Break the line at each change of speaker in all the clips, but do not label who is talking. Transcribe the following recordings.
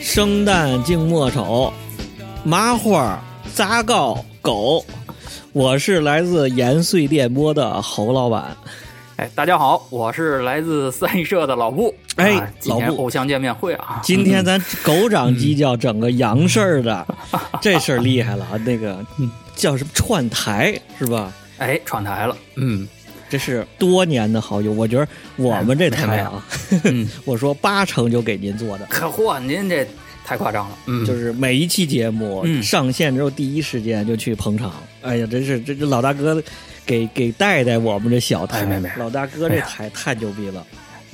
生旦净末丑，麻花杂告狗。我是来自延绥电波的侯老板。
哎，大家好，我是来自 三社的老布。
哎
啊今天
老布
偶像见面会啊，
今天咱狗长鸡叫整个洋事儿的，这事儿厉害了啊！那个叫什么串台是吧？
哎串台了，嗯
这是多年的好友，我觉得我们这台啊，
嗯，
我说八成就给您做的，
可嚯，您这太夸张了，嗯，
就是是每一期节目
嗯
上线之后第一时间就去捧场。哎呀，真是这这老大哥给给带带我们这小台
哎没没，哎
老大哥这台太牛逼了。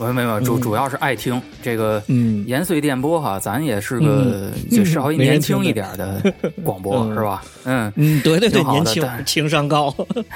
没没有，主主要是爱听这个。
嗯，
延绥电波哈，咱也是个就稍微
没人
年轻
听的
一点的 广播
嗯
是吧？嗯，
嗯，对对对，
挺好的
年轻
但
情商高，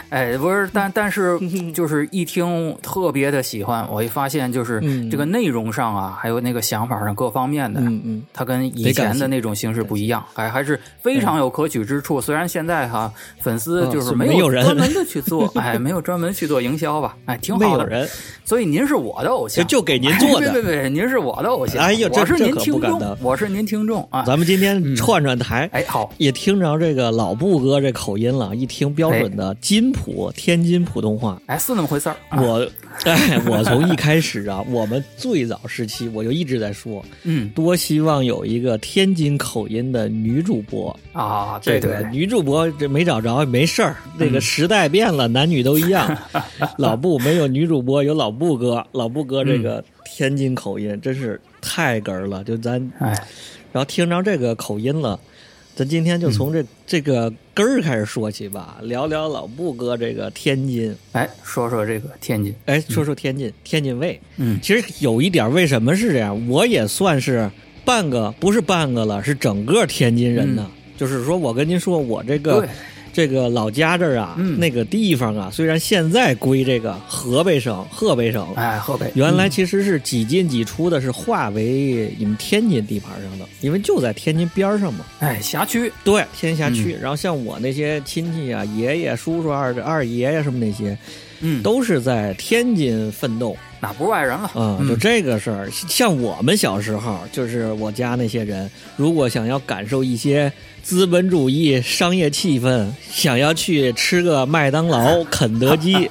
哎，不是，但但是就是一听特别的喜欢，我一发现就是
嗯
这个内容上啊，还有那个想法上各方面 的，
嗯嗯，
它跟以前的那种形式不一样，还还是非常有可取之处。虽然现在哈粉丝就是
嗯没有人
专门的去做，哎，没有专门去做营销吧，哎，挺
没
好
有
的。
人，
所以您是我的偶像，
就就给您做的
哎别别别，您是我的偶像，
哎呦这
我是
这
您
可
听
不敢
众
当，
我是您听众啊，
咱们今天串串台，
哎，好，
也听着这个老布哥这口音了，一听标准的津普天津普通话。
哎，是那么回事儿。哎啊
我，哎，我从一开始啊，我们最早时期我就一直在说，
嗯
多希望有一个天津口音的女主播。
啊，对
这
对
个
对，嗯
女主播这没找着也没事儿，这个时代变 了，男女都一样。老布没有女主播，有老布哥，老布哥这个天津口
嗯
音真是太哏儿了，就咱
哎，
然后听着这个口音了，咱今天就
嗯
从这、这个根儿开始说起吧，聊聊老布哥这个天津。
哎，说说这个天津，
哎，说说天津，天津卫。
嗯
其实有一点，为什么是这样？我也算是半个，不是半个了，是整个天津人呢。就是说我跟您说，我这个
嗯对
这个老家这儿啊，
嗯
那个地方啊，虽然现在归这个河北省、河北省，
哎，河北
原来其实是几进几出的，是划为你们天津地盘上的，因为就在天津边儿上嘛。
哎辖区，
对，天下
嗯
区。然后像我那些亲戚啊，爷爷、叔叔、二二爷呀什么那些，
嗯，
都是在天津奋斗
哪不是外人了
啊、就这个事儿，像我们小时候，就是我家那些人，如果想要感受一些资本主义商业气氛，想要去吃个麦当 劳、肯德基，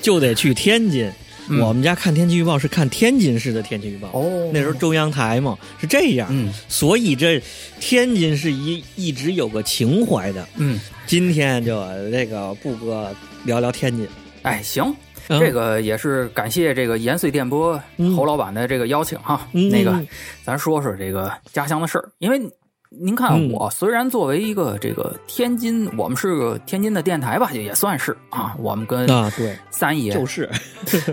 就得去天津。我们家看天气预报是看天津市的天气预报。
嗯哦，
那时候中央台嘛是这样，
嗯
所以这天津是一一直有个情怀的。
嗯，
今天就这个布哥聊聊天津，
哎，行，
嗯
这个也是感谢这个延绥电波
嗯
侯老板的这个邀请哈。
嗯
那个
嗯，
咱说说这个家乡的事儿，因为您看
嗯
我虽然作为一个这个天津，我们是个天津的电台吧，也也算是啊，我们跟
啊，对，
三爷
就是，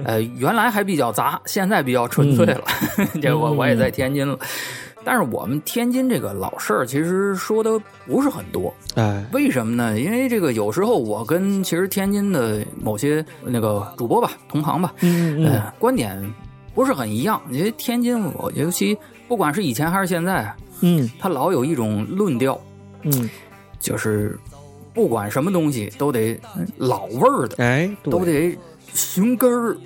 呃，原来还比较杂，现在比较纯粹了。
嗯
这我我也在天津了，但是我们天津这个老事儿其实说的不是很多，
哎，
为什么呢？因为这个有时候我跟其实天津的某些那个主播吧、同行吧，
嗯嗯
呃，观点不是很一样。因为天津，我尤其不管是以前还是现在，啊
嗯
它老有一种论调，
嗯，
就是不管什么东西都得老味儿的，
哎，对
都得寻根儿。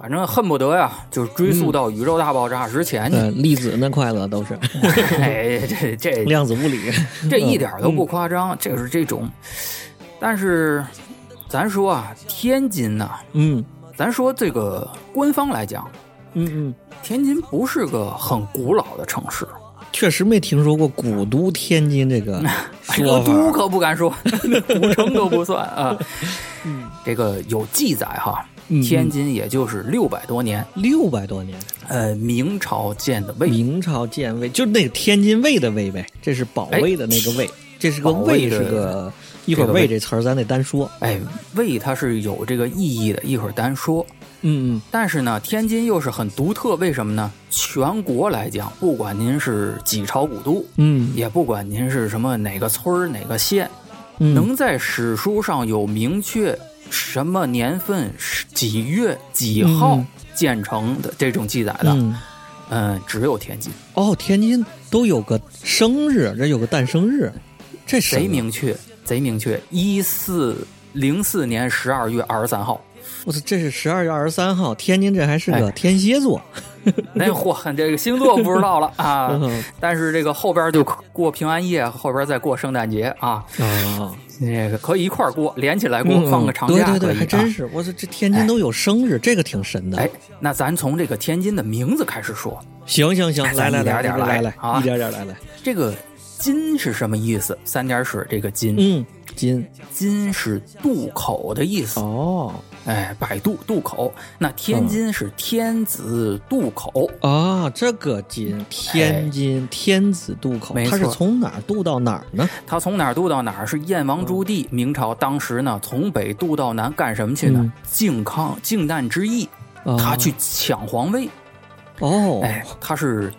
反正恨不得呀，就是追溯到宇宙大爆炸之前去。
嗯，粒子那快乐都是
哎，这这
量子物理，
这
嗯
一点儿都不夸张，这是这种。但是，咱说啊，天津呐、
嗯
咱说这个官方来讲，
嗯
天津不是个很古老的城市，
嗯，确实没听说过古都天津这个
古
说
都
法，
哎可不 敢说，古城都不算啊。这个有记载哈，
嗯
天津也就是六百多年，
六百多年，
呃，明朝建的卫，
明朝建卫，就是那个天津卫的卫呗，这是保卫的那个卫，这是个
保卫
卫，
的
是个一会儿
这个卫
卫这词儿咱得单说，
哎，卫它是有这个意义的，一会儿单说。
嗯嗯。
但是呢，天津又是很独特，为什么呢？全国来讲，不管您是几朝古都，
嗯，
也不管您是什么哪个村儿哪个县，
嗯
能在史书上有明确什么年份、是几月几号
嗯
建成的这种记载的，嗯
嗯，
只有天津，
哦，天津都有个生日，这有个诞生日，这什么
贼明确，贼明确，一四零四年十二月二十三号，
我操，这是十二月二十三号，天津这还是个天蝎座，
那嚯，哎这个星座不知道了啊
嗯，
但是这个后边就过平安夜，后边再过圣诞节啊，
啊，
那个可以一块儿过，连起来过，放个长
对
假可以
嗯对
啊。
对，还真是，我操，这天津都有生日，这个挺神的。
哎，那咱从这个天津的名字开始说，
行行行，来来
咱
来
一点点
来
来
来
啊
一点点来来，
这个“金”是什么意思？三点水这个“金”，
嗯，金
金是渡口的意思。
哦
哎，百渡渡口。那天津是天子渡口，
啊，这个金，天津天子渡口
哎没，
它是
错
从哪儿渡到哪儿呢？
它从哪儿渡到哪儿是燕王朱
哦
棣。明朝当时呢，从北渡到南干什么去呢
嗯？
靖康靖难之役，
啊
他去抢皇位。
哦
哎，他是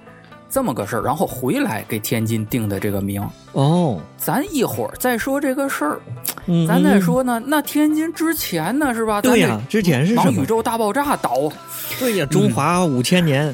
这么个事儿，然后回来给天津定的这个名。
哦，
咱一会儿再说这个事儿，
嗯
咱再说呢。那天津之前呢，是吧？
对
咱得
呀，之前是
往
什
宇
么？
宙嗯大爆炸倒，
对呀，中华五千 年，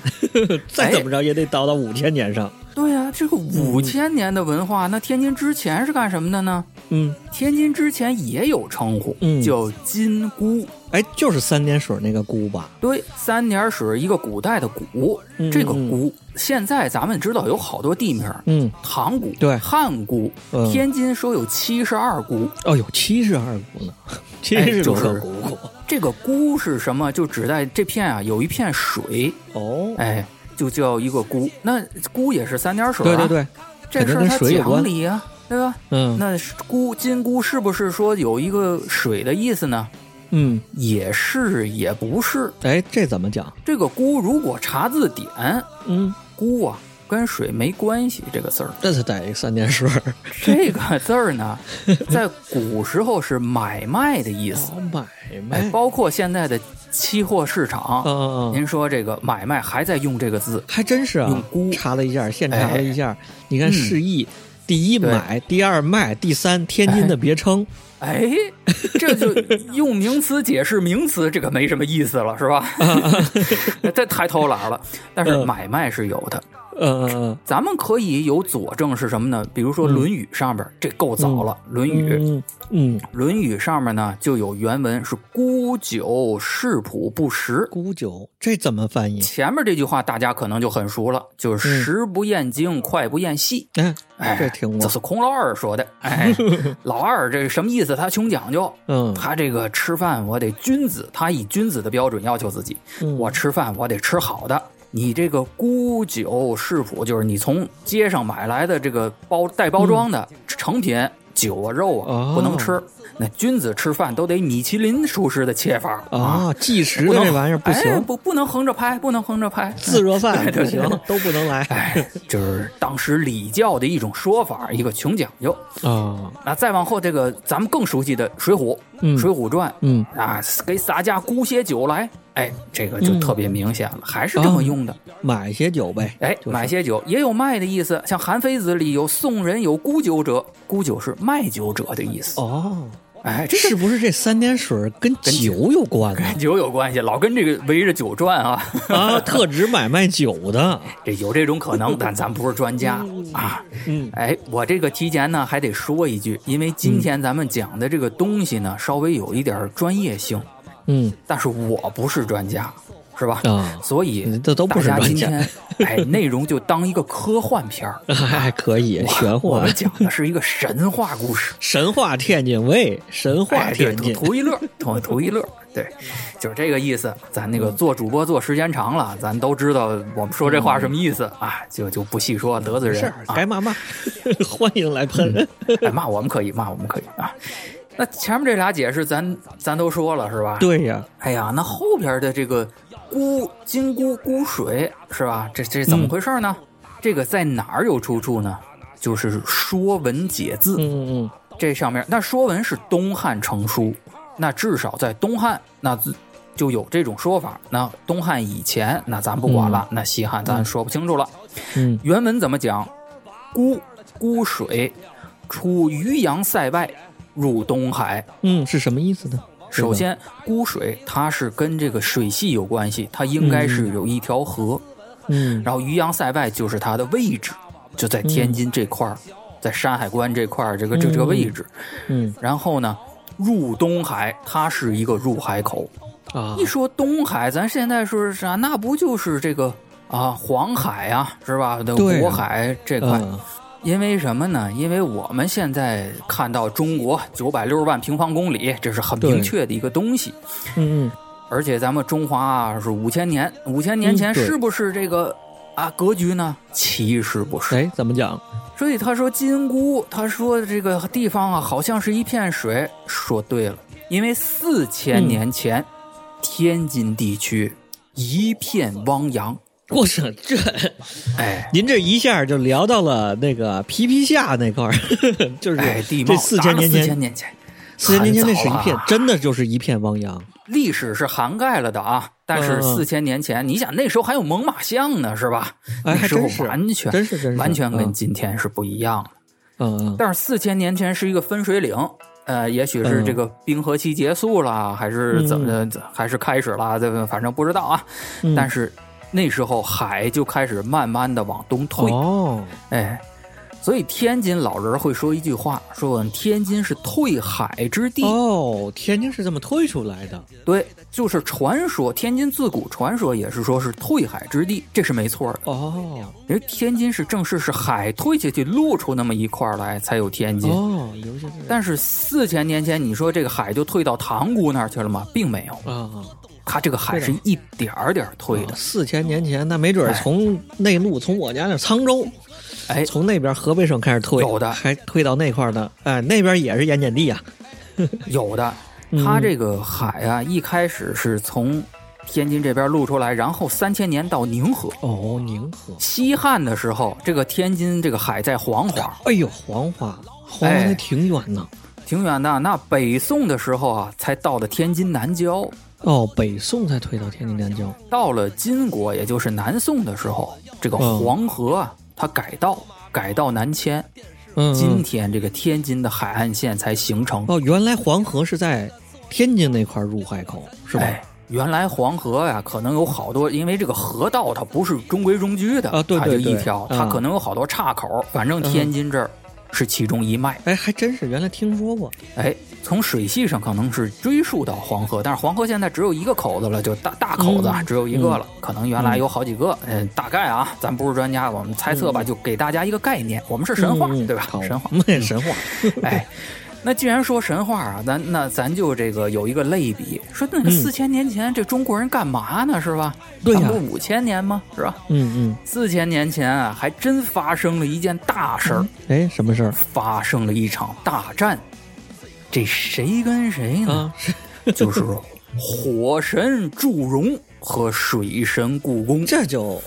再怎么
哎
着也得倒到五千年上。
对呀、这个五千年的文化，那天津之前是干什么的呢？
嗯，
天津之前也有称呼，
嗯
叫金姑。
哎，就是三点水那个姑吧？
对，三点水一个古代的古，
嗯
这个
嗯
姑，现在咱们知道有好多地名儿，
嗯，
塘姑、
对
汉姑，
嗯
天津说有七十二姑，
哦，有七十二姑呢，七哎十多个姑姑。
这个姑是什么？就指代这片啊，有一片水，
哦，
哎，就叫一个姑。那姑也是三点水、
对对，
啊，
对，
这事
肯
儿
定
它
跟水有
讲
关
理啊，对吧？
嗯
那姑金姑是不是说有一个水的意思呢？
嗯，
也是，也不是。
哎，这怎么讲？
这个姑如果查字典，
嗯，
姑啊跟水没关系这个 字儿。
这才带一个三点水，
这个字儿呢，在古时候是买卖的意思，
好哦买
哎，
卖
包括现在的期货市场。
啊，
您说这个买卖还在用这个字，
还真是
用
啊
菇。
查了一下，现查了一下，你看释义。第一
对
买，第二卖，第三天津的别称，
哎，这 就用名词解释名词，这个没什么意思了，是吧？这太偷懒了。但是
嗯
买卖是有的，
嗯嗯嗯，
咱们可以有佐证是什么呢？比如说《论语》上边，这够早了，论语》
嗯嗯，
论语》上面呢就有原文是“沽酒市朴不食
姑酒这怎么翻译”。？
前面这句话大家可能就很熟了，就
嗯
是“食不厌精，快不厌细
哎”。
哎，，
这听
这
过，
是孔老二说的。 哎，老二这什么意思？他穷讲究，
嗯
他这个吃饭我得君子，他以君子的标准要求自己。
嗯
我吃饭我得吃好的。你这个沽酒市谱，就是你从街上买来的这个包带包装的成品、酒啊肉啊
嗯哦，
不能吃。那君子吃饭都得米其林厨师的切法啊，
啊，计时
不
的
能
这玩意儿不哎
哎
行，
不不能横着拍，不能横着拍。
自热饭不
对对
行
对，
都不能来
哎，就是当时礼教的一种说法，一个穷讲究。
啊。
那再往后，这个咱们更熟悉的《水浒》
嗯
水浒传》
嗯，
啊，给洒家沽些酒来，哎，这个
嗯
就特别明显了，还
哦
是这么用的。
买些酒呗，
哎，
就是
买些酒也有卖的意思，像《韩非子》里有送人有沽酒者，沽酒是卖酒者的意思。
哦，
哎，这
是
是
不是这三点水儿跟酒有关呢？
酒有关系，老跟这个围着酒转 啊，
啊，特指买卖酒的，
这有这种可能，但咱不是专家啊。
嗯
哎，我这个提前呢还得说一句，因为今天咱们讲的这个东西呢，稍微有一点儿专业性，
嗯
但是我不是专家，是吧？
啊，
所以
这都不是
大家
专
今
家，
天哎，内容就当一个科幻片儿。
还哎可以玄
我
幻
们讲的是一个神话故事，
神话天津卫，神话
哎，
天
对，图
津，
图一乐， 图图一乐，对，就是这个意思。咱那个做主播做时间长了，咱都知道我们说这话什么意思啊，就就不细说，得罪
嗯是
人啊
该。骂骂，欢迎来喷，
哎骂我们可以，骂我们可以啊。那前面这俩解释咱咱都说了是吧？。
对呀，
哎呀，那后边的这个孤金菇菇水是吧？这这怎
嗯
么回事呢？这个在哪儿有出处呢？就是《说文解字》
嗯嗯
这上面，那《说文》是东汉成书，那至少在东汉那自就有这种说法。那东汉以前，那咱不管了，那西汉咱说不清楚了。
嗯
原文怎么讲？孤孤水，出渔阳塞外，入东海。
嗯，是什么意思呢？
首先，孤水它是跟这个水系有关系，它应该是有一条河，
嗯，
然后渔阳塞外就是它的位置，就在天津这块儿，在山海关这块儿这个这这个位置。
嗯
然后呢，入东海它是一个入海口，
啊
一说东海，咱现在说是啥？那不就是这个啊，黄海啊，是吧？的
对啊
渤海这块，
嗯
因为什么呢？因为我们现在看到中国九百六十万平方公里，这是很
对
明确的一个东西。
嗯
而且咱们中华啊是五千年，五千年
嗯
前
对
是不是这个、啊格局呢？其实不
嗯，
是。
哎，怎么讲？
所以他说金菇，他说这个地方啊好像是一片水，说对了，因为四千
嗯
年前、天津地区一片汪洋，
我操，这
哎。
您这一下就聊到了那个皮皮虾那块儿， 就是
哎，地貌
这四千年
四千
前，
年前，
四千年前那是
很早
一
了啊
片，真的就是一片汪洋。
历史是涵盖了的啊，但是
嗯嗯
四千年前，你想那时候还有猛犸象呢，是吧？
哎，
那
还
时候
真是，
完全
真是真是
完全跟
嗯
今天是不一样的。
嗯嗯
但是四千年前是一个分水岭，呃，也许
嗯
是这个冰河期结束了，还是怎么的，还是开始了，这个反正不知道啊。
嗯，
但是那时候海就开始慢慢的往东退，
哦，
哎，所以天津老人会说一句话，说我们天津是退海之地。
哦，天津是这么推出来的。
对，就是传说，天津自古传说也是说是退海之地，这是没错的。
哦
因为天津是正式是海退下去露出那么一块儿来，才有天津。
哦，留下这个
但是四千年前，你说这个海就退到塘沽那儿去了吗？并没有，
啊，
它这个海是
对的
一点儿点儿退的。
四千年前，那没准儿从内陆，从我家那沧州，
哎，
从那边河北省开始推，
有的
还推到那块儿呢。哎，那边也是盐碱地啊。
有的，
嗯
它这个海啊，一开始是从天津这边露出来，然后三千年到宁河。
哦，宁河，
西汉的时候，这个天津这个海在黄花，
哎呦，黄花了，黄花
哎
还挺远呢。
挺远的。那北宋的时候啊，才到的天津南郊。
哦，北宋才推到天津南郊。
到了金国，也就是南宋的时候，这个
嗯
黄河啊，它改道，改道南迁。
嗯，
今
嗯
天这个天津的海岸线才形成，
哦，原来黄河是在天津那块儿入海口，是吧？
哎，原来黄河呀、可能有好多，因为这个河道它不是中规中矩的
啊对对
它就一
对
条，
嗯
它可能有好多岔口。反正天津这儿是其中一脉。
哎，还真是，原来听说过。
哎，从水系上可能是追溯到黄河，但是黄河现在只有一个口子了，就大大口子啊
嗯
只有一个了，可能原来有好几个。嗯、大概啊，咱不是专家，我们猜测吧，就给大家一个概念。我们是神话，
嗯
对吧？
好
神话。，
嗯 神话。
哎，那既然说神话啊，咱那咱就这个有一个类比，说那
嗯
四千年前、这中国人干嘛呢？是吧？
对呀
咱不是五千年吗？是吧？
嗯
四千年前啊，还真发生了一件大事儿，
嗯，哎，什么事儿
发生了一场大战。这谁跟谁呢？
啊？是
就是火神祝融和水神故宫。
这就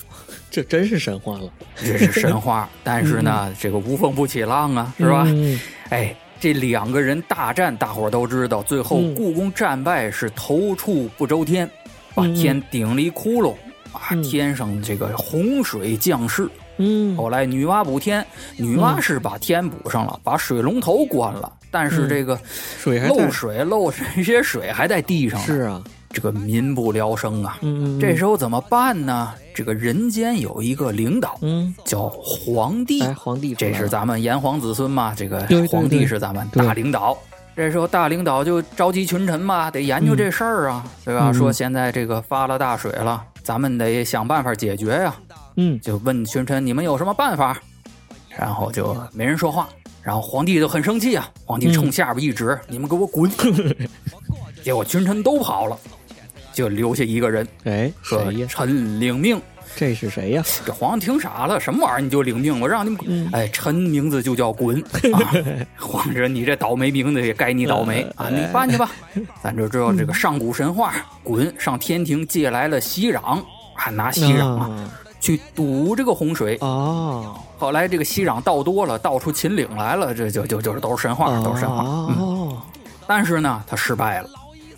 这真是神话了，
这是神 话，但是呢，这个无风不起浪啊，是吧？
嗯
哎，这两个人大战，大伙儿都知道，最后
嗯
故宫战败是头触不周天，把
嗯嗯
天顶了一窟窿。啊，
嗯
天上这个洪水降世，
嗯，
后来女娲补天，女娲是把天补上了，把水龙头关了，但
嗯
是这个
水还在
漏水漏水这些水还在地上呢，
是啊，
这个民不聊生啊。
嗯，嗯
这时候怎么办呢？这个人间有一个领导
嗯，
叫皇帝，
哎，皇帝出来
这
了，
是咱们炎黄子孙嘛，这个
对对
皇帝
对
是咱们大领导。这时候大领导就召集群臣嘛，得研究这事儿啊，对吧？
嗯
说现在这个发了大水了，咱们得想办法解决呀、
嗯，
就问群臣你们有什么办法？然后就没人说话，然后皇帝就很生气啊，皇帝
嗯
冲下边一指：“你们给 我滚！”结果群臣都跑了，就留下一个人
哎，
说
谁：“呀？
臣领命。”
这是谁呀？
这皇上听傻了，什么玩意儿你就领命？我让你们滚！
嗯
哎，臣名字就 叫滚。啊、皇上，你这倒霉名字也该你倒霉啊！
嗯
你办去吧。咱就知道这个上古神话，滚上天庭借来了熙壤，啊，拿熙壤啊
啊，
去堵这个洪水。
哦，
后来这个熙壤倒多了，倒出秦岭来了，这就就就是都是神话，都是神话。
哦，
但是呢，他失败了。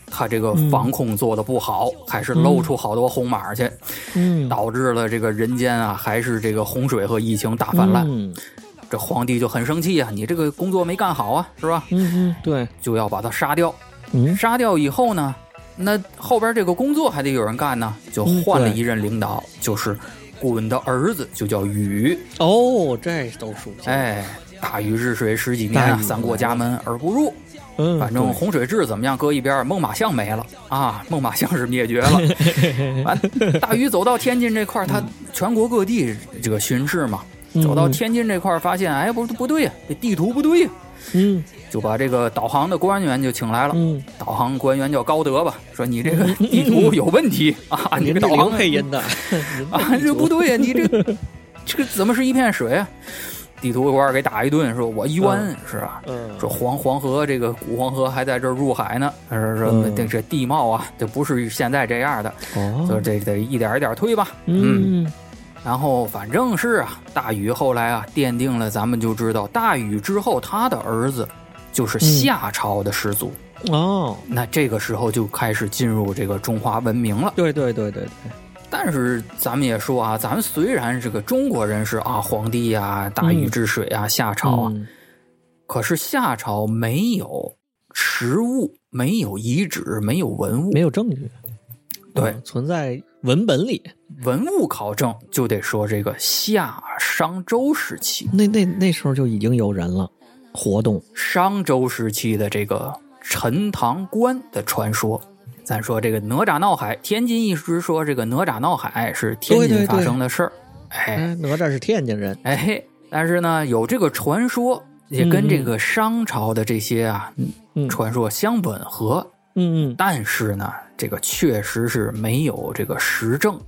他这
嗯
个防控做的不好，还是露出好多红码去，
嗯，
导致了这个人间啊，还是这个洪水和疫情大泛滥。
嗯
这皇帝就很生气啊，你这个工作没干好啊，是吧？
嗯嗯，对，
就要把他杀掉。
嗯
杀掉以后呢，那后边这个工作还得有人干呢，就换了
嗯对
一任领导，就是滚的儿子，就叫禹。
哦，这都熟悉，
哎，大禹治水十几年啊
大禹
三过家门而不入。
嗯，
反正
对
洪水志怎么样搁一边儿，孟马象没了啊，孟马象是灭绝 了。完，大禹走到天津这块儿，他
嗯
全国各地这个巡视嘛，走到天津这块儿发现，哎，不不对呀、这地图不对呀、
嗯
就把这个导航的官员就请来了。
嗯，
导航官员叫高德吧，说你这个地图有问题啊，你
您嗯这
这导
刘
航
配 音的您
啊，这不对呀、你这这个怎么是一片水啊？地图官给打一顿，说我冤是吧？
嗯
说黄黄河这个古黄河还在这儿入海呢，他说说
嗯
这这地貌啊，这不是现在这样的，就
哦
是这得一点一点推吧。
嗯
然后反正是啊，大禹后来啊奠定了咱们就知道，大禹之后他的儿子
嗯
就是夏朝的始祖，
哦，
那这个时候就开始进入这个中华文明了。
对对对对对，
但是咱们也说啊，咱们虽然这个中国人是啊皇帝呀、大禹治水啊、夏朝啊，
嗯
可是夏朝没有实物，没有遗址，没有文物
没，有证据，
对
嗯存在文本里，
文物考证就得说这个夏商周时期，
那那那时候就已经有人了，活动
商周时期的这个陈塘关的传说。咱说这个哪吒闹海，天津一直说这个哪吒闹海是天
对对对
津发生的事儿，哎，
哎，哪吒是天津人，
哎，嘿，但是呢，有这个传说，也跟这个商朝的这些啊、
嗯
传说相吻合，
嗯
但是呢，这个确实是没有这个实证。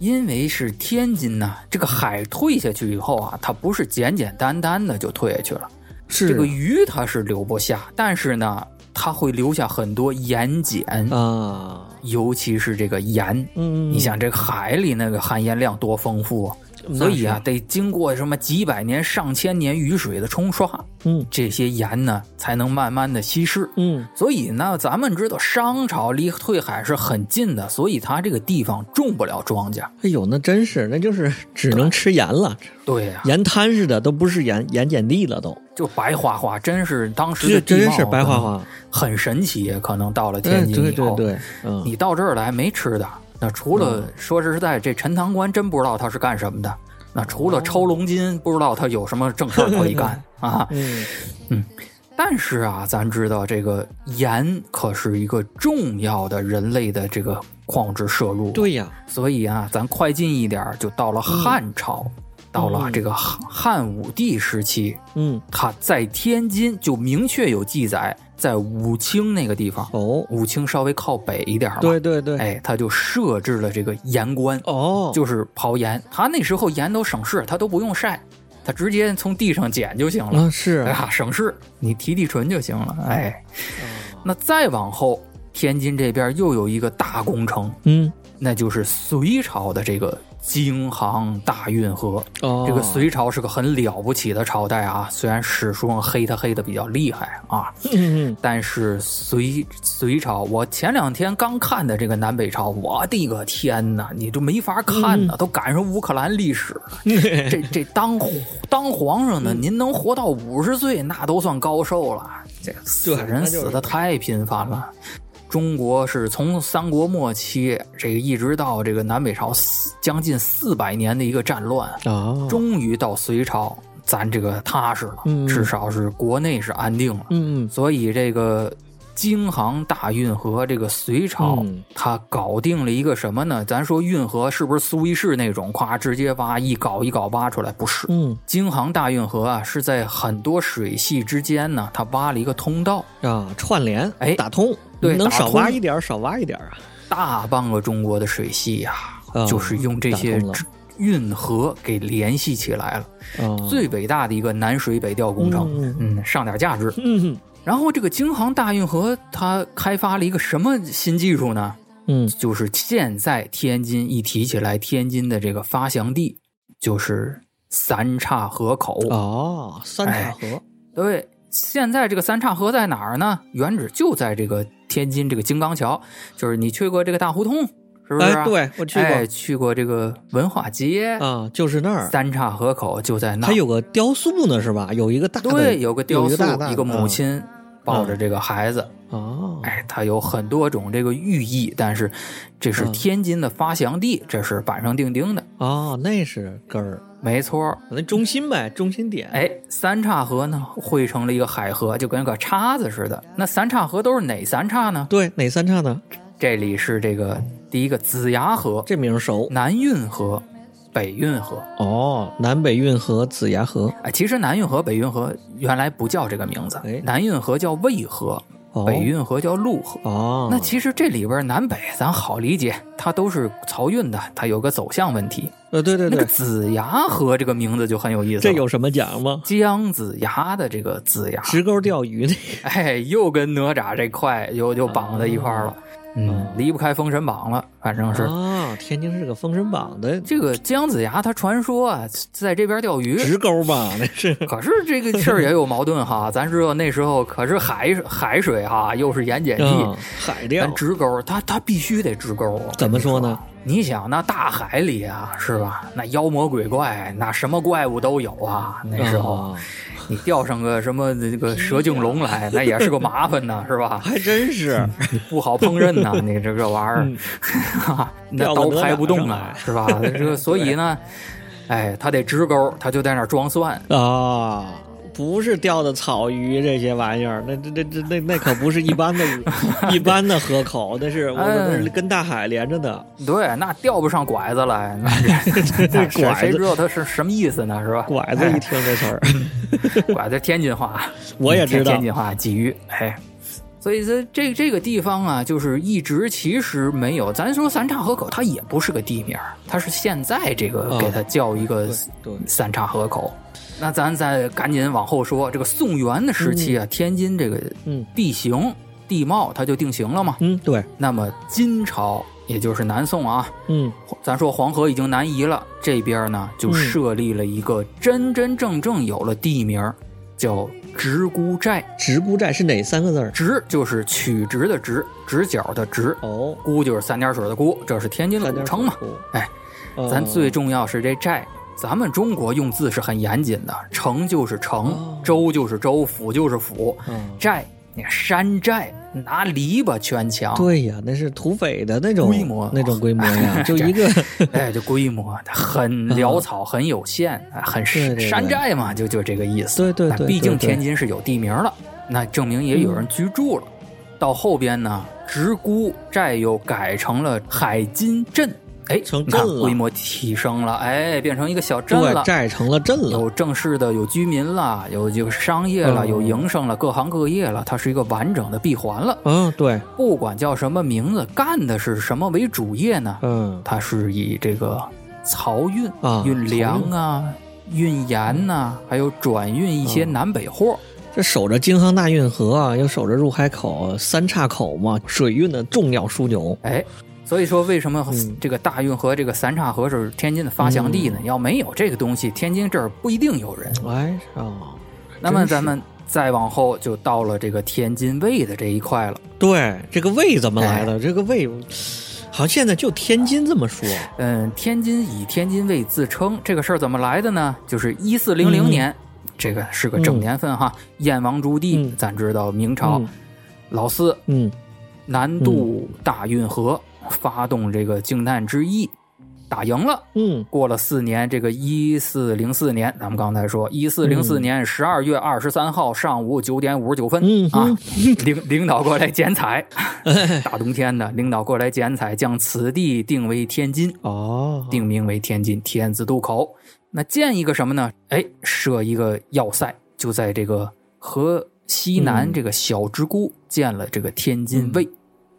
因为是天津呐、这个海退下去以后啊，它不是简简单单的就退下去了。
嗯，是
这个鱼它是留不下，但是呢，它会留下很多盐碱，
啊，
尤其是这个盐。
嗯，
你想这个海里那个含盐量多丰富啊！
那
所以啊，
是，
得经过什么几百年、上千年雨水的冲刷，
嗯
这些盐呢才能慢慢的稀释。
嗯
所以呢，咱们知道商朝离退海是很近的，所以它这个地方种不了庄稼。
哎呦，那真是，那就是只能吃盐了，
对呀、
盐滩似的，都不是盐盐碱地了都，
就白花花，真是当时
这
的地
真
貌
是白花，花。
很神奇。可能到了
对
天津以后，
对对对，嗯
你到这儿来没吃的？那除了说实在，这陈塘关真不知道它是干什么的。那除了抽龙
哦
筋，不知道它有什么正事儿可以干 啊？
嗯
但是啊，咱知道这个盐可是一个重要的人类的这个矿物质摄入，
对呀，
所以啊，咱快进一点儿就到了汉朝，到了这个汉汉武帝时期，
嗯
他在天津就明确有记载，在武清那个地方，
哦，
武清稍微靠北一点儿嘛，
对对对，
哎，他就设置了这个盐官，
哦，
就是刨盐。他那时候盐都省事，他都不用晒，他直接从地上捡就行了。
啊是
哎，呀，省事，你提提纯就行了。哎，
哦
那再往后，天津这边又有一个大工程，
嗯
那就是隋朝的这个京杭大运河。
哦，
这个隋朝是个很了不起的朝代啊，虽然史书上黑他黑的比较厉害啊，
嗯，嗯
但是隋隋朝，我前两天刚看的这个南北朝，我的个天呐，你都没法看呐，都赶上乌克兰历史。 这这当当皇
嗯
上的，您能活到五十岁，那都算高寿了。这死人死的太频繁了。中国是从三国末期这个一直到这个南北朝四将近四百年的一个战乱，
哦，
终于到隋朝，咱这个踏实了，
嗯
至少是国内是安定了。
嗯嗯
所以这个京杭大运河，这个隋朝
嗯
他搞定了一个什么呢？咱说运河是不是苏伊士那种，咵直接挖一搞一搞挖出来？不是，
嗯
京杭大运河啊，是在很多水系之间呢，它挖了一个通道。
啊串联
哎
打通，
对
能
打
少挖
通
一点儿少挖一点儿啊，
大半个中国的水系呀、
啊
就是用这些
打通了
支运河给联系起来了。
啊
最伟大的一个南水北调工程，
嗯
嗯，上点价值。
嗯
然后这个京杭大运河，它开发了一个什么新技术呢？
嗯
就是现在天津一提起来，天津的这个发祥地就是三岔河口。
哦，三
哎
岔河，
对，现在这个三岔河在哪儿呢？原址就在这个天津这个金刚桥，就是你去过这个大胡同，是不是、
哎，，对我去过、
哎，去过这个文化街，
啊，就是那儿，
三岔河口就在那儿。
它有个雕塑呢，是吧？有一个大的，嗯
对，有个雕
有一
塑，
个大大的
一个母亲抱着这个孩子。
哦，
哎，它有很多种这个寓意，但是这是
嗯
天津的发祥地，这是板上钉钉的，
哦，那是根儿，
没错儿。
那中心呗，中心点。，
哎，三岔河呢汇成了一个海河，就跟个叉子似的。那三岔河都是哪三岔呢？
对，哪三岔呢？
这里是这个第一个子牙河、
这名儿熟
南运河、北运河。
哦，南北运河、子牙河。
哎，其实南运河、北运河原来不叫这个名字
哎，
南运河叫渭河，
哦，
北运河叫陆河。
哦，
那其实这里边南北咱好理解，它都是漕运的，它有个走向问题。
呃，对对
那
对
个，子牙河这个名字就很有意思
这
了，
有什么讲吗？
姜子牙的这个子牙，
直钩钓鱼那个
哎，又跟哪吒这块又又绑在一块
哦
儿了，嗯，离不开封神榜了，反正是。
啊，天津是个封神榜的
这个姜子牙，他传说啊，在这边钓鱼，
直钩吧？那是
可是这个事儿也有矛盾哈。 咱知道那时候可是海海水哈，又是盐碱地，
啊，海钓
哎咱直钩，他他必须得直钩。
怎么说呢？
你想，那大海里啊，是吧？那妖魔鬼怪，那什么怪物都有啊。那时候、
啊，
你钓上个什么这个蛇颈龙来，那也是个麻烦呢，是吧？
还真 是
不好烹饪 呐、你这个玩意
嗯
儿， 那刀拍不动啊，是吧？这个所以呢，哎，他得直钩，他就在那儿装蒜。
啊。不是钓的草鱼这些玩意儿，那这这这那那可不是一般的 一般的河口，那是我
哎
们是跟大海连着的。
对，那钓不上拐子来， 那这那谁
拐子
谁知道他是什么意思呢？是吧？
拐子一听这词儿，
哎拐子天津话，
我也知道
天津话鲫鱼，哎。所以这这这个地方啊，就是一直其实没有，咱说三岔河口，它也不是个地名儿，它是现在这个
啊
给它叫一个
对，
三岔河口。那咱再赶紧往后说，这个宋元的时期啊，天津这个
嗯
地形地貌它就定型了嘛。
嗯，对，
那么金朝，也就是南宋啊，
嗯，
咱说黄河已经南移了，这边呢就
嗯
设立了一个真真正正有了地名儿，叫直沽寨。
直沽寨是哪三个字儿？
直就是曲直的直，直角的直。
哦，
沽就是三点水的沽，这是天津的
三
古
点
城嘛。
水库
哎，
哦
咱最重要是这寨。咱们中国用字是很严谨的，城就是城
哦，
州就是州，府就是府，
嗯
寨你看山寨拿篱笆圈墙，
对呀，那是土匪的那种
规模
那种规模 呀，就 一个
哎，这规模很潦草，很有限，哎很
嗯对对对
山寨嘛，就就这个意思。
对对对
那
对
毕竟
对对嗯
天津是有地名了，那证明也有人居住了。到后边呢，直沽寨又改成了海津镇，哎，
成
你看
镇了
规模提升了，哎，变成一个小镇了
对。寨成了镇了，
有正式的，有居民了，有这个商业了，
嗯
有营生了，各行各业了，它是一个完整的闭环了。
嗯，对，
不管叫什么名字，干的是什么为主业呢？
嗯，
它是以这个漕运
啊
运粮
漕
啊、运盐呐、还有转运一
嗯
些南北货。
这守着京杭大运河啊，又守着入海口、三岔口嘛，水运的重要枢纽。
哎，所以说为什么
嗯
这个大运河、这个三岔河是天津的发祥地呢？要没有这个东西，天津这儿不一定有人。
哎啊，
那么
真是
咱们再往后就到了这个天津卫的这一块了。
对，这个魏怎么来
哎
的？这个魏，好像现在就天津这么说。
嗯，天津以天津卫自称，这个事儿怎么来的呢？就是一四零
嗯
零年，这个是个正年份哈。燕王朱棣，
嗯
咱知道明朝，
嗯
老四
嗯，
南渡大运河，发动这个靖难之役，打赢了。
嗯，
过了四年，这个一四零四年，咱们刚才说一四零四年十二月二十三号上午九点五十九分、
嗯
啊，领领导过来 剪彩，大冬天的，领导过来剪彩，将此地定为天津，
哦，
定名为天津天子渡口。那建一个什么呢？哎，设一个要塞，就在这个河西南
嗯
这个小直沽建了这个天津卫。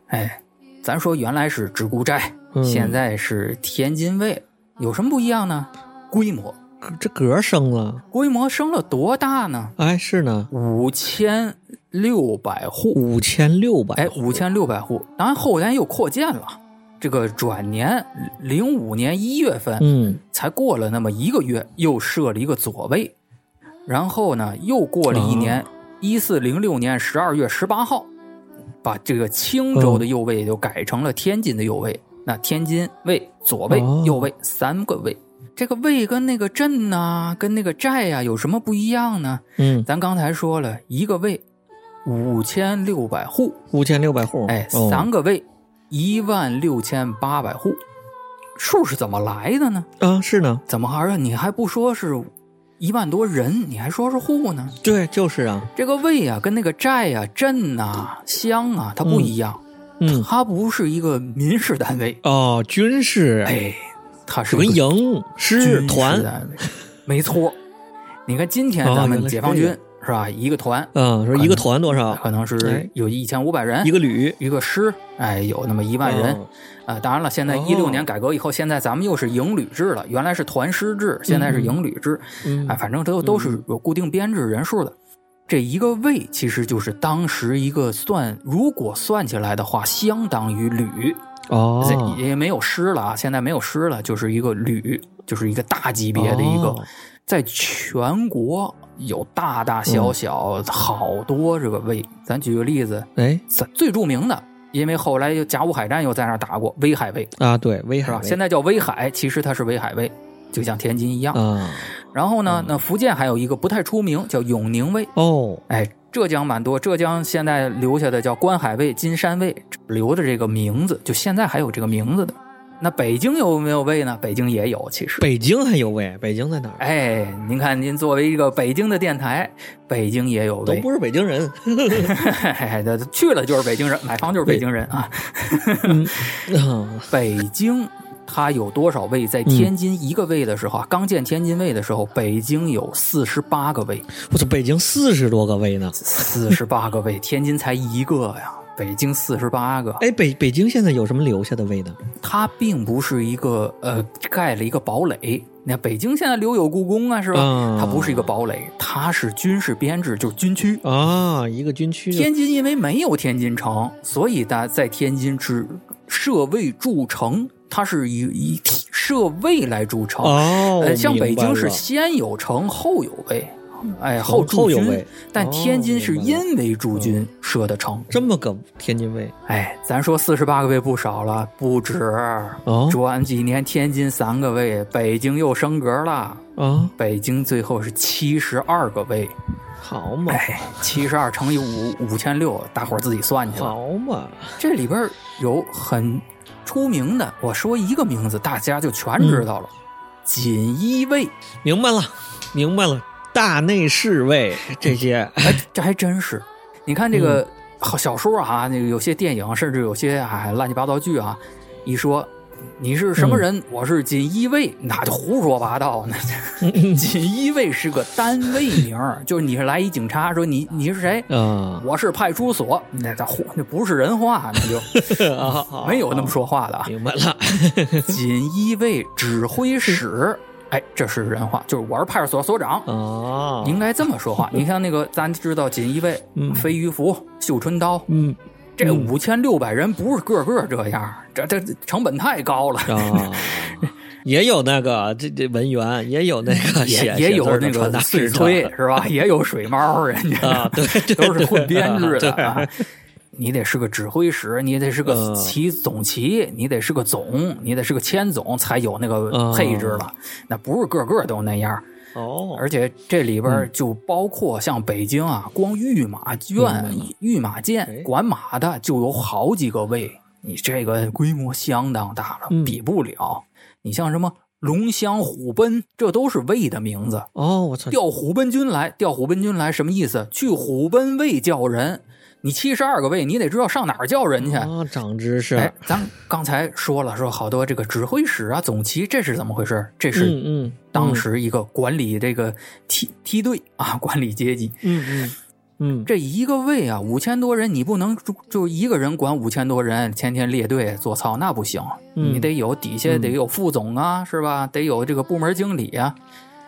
哎，咱说原来是直沽寨，
嗯
现在是天津卫，有什么不一样呢？规模，
这格升了。
规模升了多大呢？
哎，是呢，
五千六百户，
五千六百。
哎，五千六百户。当然后来又扩建了。这个转年零五年一月份，
嗯，
才过了那么一个月，又设了一个左卫，然后呢，又过了一
哦
年，一四零六年十二月十八号，把这个青州的右卫就改成了天津的右卫。那天津卫、左卫
哦、
右卫三个卫，这个卫跟那个镇呐、跟那个寨呀、有什么不一样呢？
嗯，
咱刚才说了一个卫，五千六百户，
五千六百户，
哎，
哦
三个卫，一万六千八百户，数是怎么来的呢？
啊，是呢，
怎么还是你还不说是一万多人，你还说是户呢？
对，就是啊，
这个卫啊，跟那个寨啊、镇啊、乡啊，它不一样，
嗯，
它不是一个民事单位，
哦，军事，，
哎，它是
有个
一个
营师
军事
团，
单位，没错。你看今天
哦原
咱
来
们
是
解放
这
军
样
是吧？一个团
嗯，说一个团多少，
可能
哎
是有一千五百人，
一个旅，
一个师，哎，有那么一万人
哦，
啊，当然了，现在
哦
一六年改革以后，现在咱们又是营旅制了，原来是团师制，现在是营旅制，
嗯
哎，反正都都是有固定编制人数的。这一个卫其实就是当时一个算，如果算起来的话，相当于旅，
哦，
也也没有师了啊，现在没有师了，就是一个旅，就是一个大级别的一个
哦，
在全国有大大
嗯
小小好多这个卫。咱举个例子，
哎
咱最著名的，因为后来又甲午海战又在那儿打过威海卫，
啊，对，威
是
海
吧？
卫
现在叫威海，其实它是威海卫，就像天津一样。
啊，
然后呢，那福建还有一个不太出名，叫永宁卫。
哦，
哎，浙江蛮多，浙江现在留下的叫关海卫、金山卫，留的这个名字，就现在还有这个名字的。那北京有没有卫呢？北京也有，其实。
北京还有位，北京在哪儿？
哎，您看，您作为一个北京的电台，北京也有
都
卫，
不是北京人，
那去了就是北京人，买房就是北京人啊。
嗯
北京它有多少位？在天津一个位的时候啊，刚建天津卫的时候，北京有四十八个位，
我操，北京四十多个位呢。
四十八个位，天津才一个 呀。北京四十八个，
哎，北北京现在有什么留下的位呢？
它并不是一个呃盖了一个堡垒。那北京现在留有故宫啊，是吧？
嗯
它不是一个堡垒，它是军事编制，就是军区。
啊，一个军区就
天津因为没有天津城，所以它在天津只设卫筑城，它是以以设卫来筑城。
哦
呃，，像北京
明
是
白了
先有城后有卫，哎，
后
后驻
后有
军
卫。
但天津是
哦明白了嗯
因为驻军设的城。
这么个天津卫
哎，咱说四十八个卫不少了，不止。
哦
转几年天津三个卫，北京又升格了。
啊，
北京最后是七十二个卫，
好嘛，
哎，七十二乘以五五千六，大伙儿自己算去吧。
好嘛，
这里边儿有很出名的，我说一个名字，大家就全知道了。锦衣卫，
明白了，明白了，大内侍卫这些，
哎，这还真是。你看这个好小说啊，那个有些电影，甚至有些哎乱七八糟剧啊，一说你是什么人，我是锦衣卫，那就胡说八道呢。 锦衣卫是个单位名儿，就是你是来一警察说你你是谁，
啊，
我是派出所，那咋胡那不是人话，那就没有那么说话的啊。
明白了，
锦衣卫指挥使，哎，这是人话，就是我是派出所所长。
啊，
应该这 么说话。你像那个，咱知道锦衣卫、
嗯
飞鱼服、绣春刀，
嗯
这
嗯
五千六百人不是个个这样，这这成本太高了。
啊。也有那个这这文员，也有那个
也
写
也
写字
有
儿的
那
传
个
达
碎
使者
吹 是吧？也有水猫，人 家、
啊，对，对
都是混编制 的、
对
啊。你得是个指挥使，你得是个
嗯
旗总旗，你得是个总，你得是个千总，才有那个
嗯
配置了。那不是个个都那样。
哦，
而且这里边儿就包括像北京啊，光御马
嗯白
院、御马
哎
监管马的就有好几个卫，你这个规模相当大了，
嗯
比不了。你像什么龙骧虎贲，这都是卫的名字。
哦，我操，
调虎贲军来，调虎贲军来什么意思？去虎贲卫叫人。你七十二个卫，你得知道上哪儿叫人去。
啊，长知识，
哎，咱刚才说了，说好多这个指挥使啊、总旗，这是怎么回事？这是
嗯嗯，
当时一个管理这个梯梯队啊，管理阶级。
嗯嗯嗯，
这一个卫啊，五千多人，你不能就就一个人管五千多人，天天列队做操，那不行。
嗯
你得有底下
嗯
得有副总啊，是吧？得有这个部门经理啊。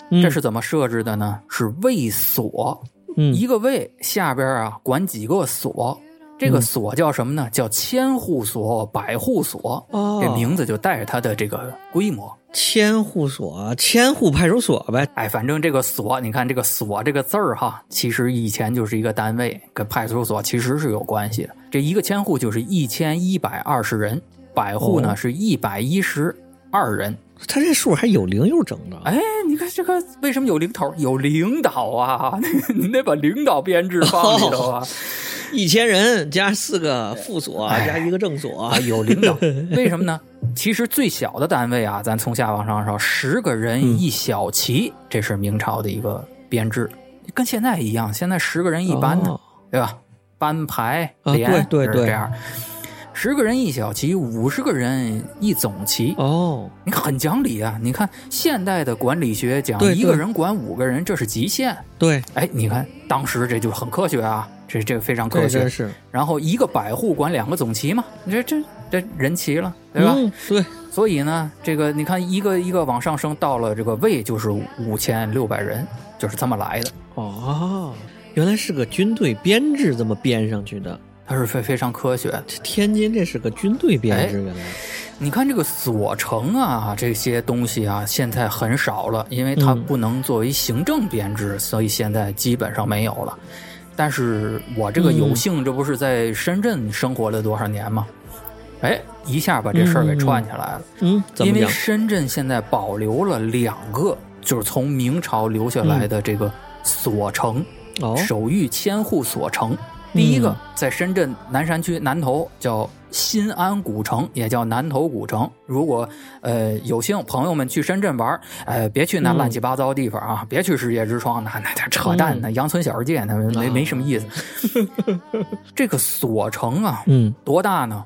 嗯
这是怎么设置的呢？是卫所，
嗯
一个卫下边啊管几个所，这个
嗯
所叫什么呢？叫千户所、百户所。
哦，
这名字就带着它的这个规模。
千户所，千户派出所呗，
哎，反正这个所，你看这个“所”这个字儿哈，其实以前就是一个单位，跟派出所其实是有关系的。这一个千户就是一千一百二十人，百户呢、
哦
是一百一十二人。
他这数还有零有整的，
哎，你看这个 为什么有零头？有领导啊，你得把领导编制放里头啊。
一千人加四个副所
哎
加一个正所
啊，，有领导。为什么呢？其实最小的单位啊，咱从下往上说，十个
嗯
人一小旗，这是明朝的一个编制，跟现在一样。现在十个人一班呢，
哦
对吧？班排
啊
连、
对对
是
对
这样。十个人一小旗，五十个人一总旗，
哦，
你很讲理啊！你看现代的管理学讲
对对
一个人管五个人，这是极限。
对，
哎，你看当时这就很科学啊，这这个非常科
这
学。
真是
然后一个百户管两个总旗嘛，你这这这人齐了，对吧？
嗯对，
所以呢，这个你看一个一个往上升，到了这个魏就是五千六百人，就是这么来的。
哦，原来是个军队编制这么编上去的。
它是非非常科学的。
这天津这是个军队编
哎
制，原来
你看这个所城啊，这些东西啊，现在很少了，因为它
嗯
不能作为行政编制，所以现在基本上没有了。但是我这个有
嗯
幸，这不是在深圳生活了多少年吗？哎，一下把这事儿给串起来了。
嗯，怎
因
么
为
讲？
深圳现在保留了两个，就是从明朝留下来的这个所城，
哦，
手谕千户所城。第一个在深圳南山区南头叫新安古城，也叫南头古城。如果呃有幸朋友们去深圳玩儿，呃别去那
嗯
乱七八糟地方啊，别去世界之窗，那那那扯淡，
嗯
那羊村小世界那没
啊
没什么意思。 这个所城啊，
嗯，
多大呢？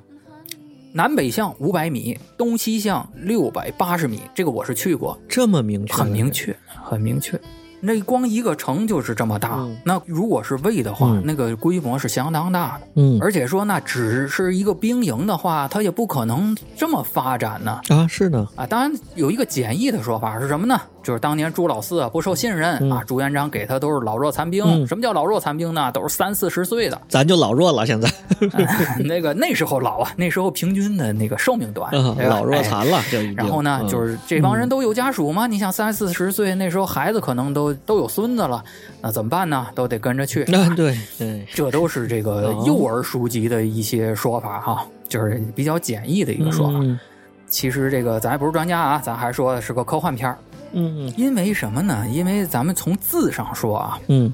南北向五百米，东西向六百八十米。这个我是去过，
这么明确，
很明，确，很明确。那光一个城就是这么大，
嗯
那如果是魏的话，
嗯
那个规模是相当大的。
嗯
而且说那只是一个兵营的话，它也不可能这么发展呢。
啊，是呢，
啊，当然有一个简易的说法是什么呢？就是当年朱老四啊不受信任、
嗯
啊，朱元璋给他都是老弱残兵。
嗯
什么叫老弱残兵呢？都是三四十岁 的，
咱就老弱了，现在
那个那时候老啊，那时候平均的那个寿命短，
啊
对 吧
老弱。
哎
残了，就已经。
然后呢，
嗯
就是这帮人都有家属嘛，你想三四十岁那时候孩子可能都都有孙子了，那怎么办呢？都得跟着去。
那啊对对，
这都是这个
哦
幼儿书籍的一些说法哈，就是比较简易的一个说啊法。
嗯
其实这个咱也不是专家啊，咱还说的是个科幻片儿。
嗯
因为什么呢？因为咱们从字上说啊，
嗯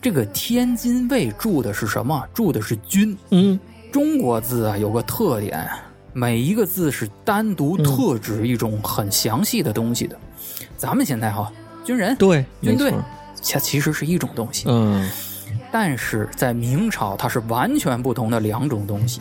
这个天津卫住的是什么？住的是军。
嗯
中国字啊有个特点，每一个字是单独特指一种很详细的东西的。咱们现在哈，军人
嗯，对，
军
没
队
错，
它其实是一种东西，
嗯
但是在明朝它是完全不同的两种东西，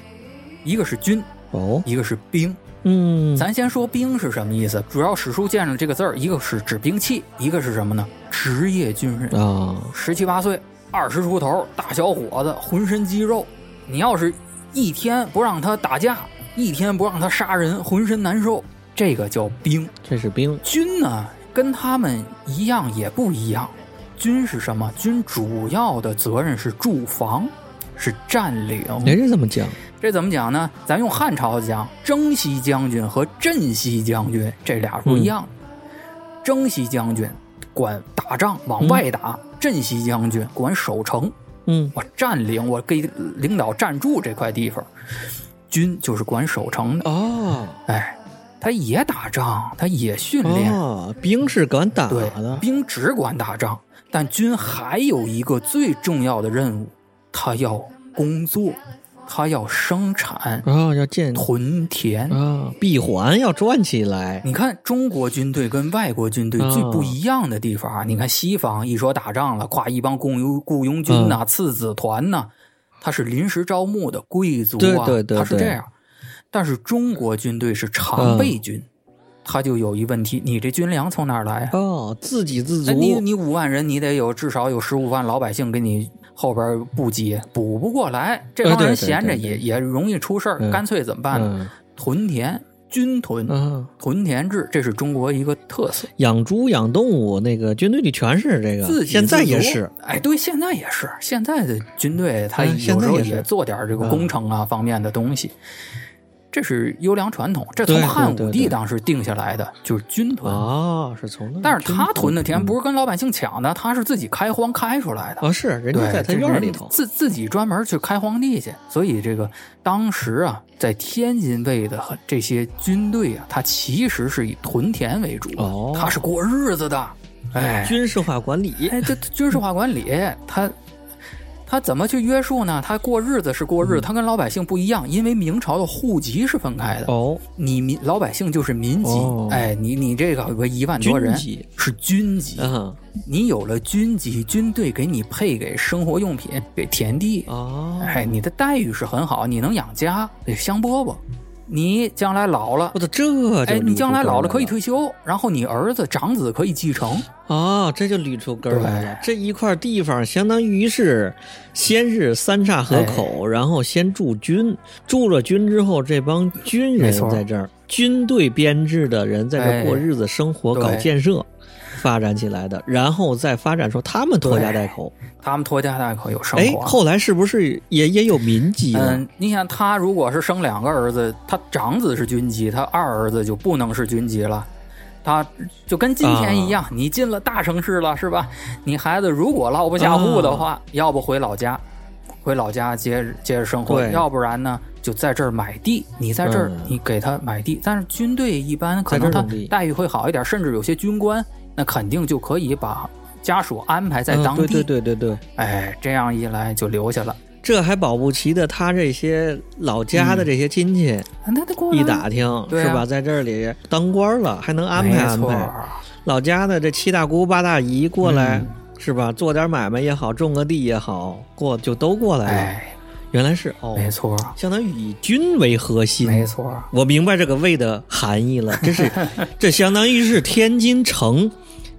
一个是军，
哦，
一个是兵。
嗯，
咱先说兵是什么意思，主要史书见了这个字儿，一个是指兵器，一个是什么呢？职业军人。
啊，
十七八岁，二十出头，大小伙子，浑身肌肉。你要是一天不让他打架，一天不让他杀人，浑身难受，这个叫兵。
这是兵，
军呢，跟他们一样也不一样。军是什么？军主要的责任是驻防，是占领。
人是这么讲，
这怎么讲呢？咱用汉朝讲，征西将军和镇西将军这俩不一
嗯
样。征西将军管打仗往外打，镇西将军管守城，
嗯
我占领，我给领导占住这块地方。军就是管守城的，
哦
哎，他也打仗，他也训练，
哦，兵是敢打
对
的，，啊
兵只管打仗，但军还有一个最重要的任务，他要工作，他要生产
啊，要建
屯田。
啊，闭环要转起来，
你看中国军队跟外国军队最
嗯
不一样的地方啊！你看西方一说打仗了，夸一帮雇佣雇佣军
嗯
呐、次子团呐、他是临时招募的贵族啊，
对对对
他是
对嗯
这样。但是中国军队是常备军，他就有一问题：你这军粮从哪儿来啊？
哦，自给自足嗯
哎，你你五万人，你得有至少有十五万老百姓给你后边补给，补不过来，这帮
哎对
人
对
闲着
对对
也也容易出事儿，
嗯
干脆怎么办呢？
嗯
屯田，军屯。
啊，
屯田制，这是中国一个特色。
养猪养动物，那个军队里全是这个，
自
啊
给自足
现在也是，，
哎，对，现在也是，现在的军队他
嗯现
有
在
时候
也是嗯
也做点这个工程啊方面的东西，这是优良传统，这从
对对
汉
对
武帝当时定下来的，就是军屯。
哦，是从那儿
嗯但是他
真
屯的田不是跟老百姓抢的，他是自己开荒开出来的。
啊，是人
对，
家在他
这
院儿
人
里头，
自自己专门去开荒地去，所以这个当时啊，在天津卫的和这些军队啊，它其实是以屯田为主，
哦
它是过日子的，哎，哎
军事化管理
哎，这这军事化管理，它他怎么去约束呢？他过日子是过
嗯
日子，他跟老百姓不一样，因为明朝的户籍是分开的。
哦，
你民老百姓就是民籍，
哦
哎，你你这个有个一万多人
军籍
是军籍，
嗯，
你有了军籍，军队给你配给生活用品，给田地，
哦，
哎，你的待遇是很好，你能养家，得香饽饽。你将来老了
我，的这就
哎，你
捋
将
出根
来
儿
老了
了
可以退休，然后你儿子、长子可以继承。
哦，这就捋出根儿来了。这一块地方相当于是，先是三岔河口，
哎
然后先驻军，驻了军之后，这帮军
没
人
错
在这儿，军队编制的人在这
哎
儿过日子、生活、
对
搞建设，发展起来的，然后再发展出他们拖家带口。
他们拖家带口有生
哎，
活。
后来是不是也也有民籍呢？
嗯，你想他如果是生两个儿子，他长子是军籍，他二儿子就不能是军籍了。他就跟今天一
啊
样，你进了大城市了是吧？你孩子如果落不下户的
啊
话，要不回老家，回老家接着接着生活，
对
要不然呢就在这儿买地。你在这儿
嗯，
你给他买地，但是军队一般可能
在这
他
种地
待遇会好一点，甚至有些军官那肯定就可以把家属安排在
嗯
当地。
对对对对对，
哎，这样一来就留下了。
这还保不齐的，他这些老家
嗯
的这些亲戚
那他过来
一打听、
对啊
是吧，在这里当官了，还能安
没
排安
错
排。
儿
老家的这七大姑八大姨过来、
嗯
是吧？做点买卖也好，种个地也好，过就都过来了。
哎，
原来是哦，
没错，
相当于以军为核
没
心。
错，
我明白这个“魏”的含义了， 这是这相当于是天津城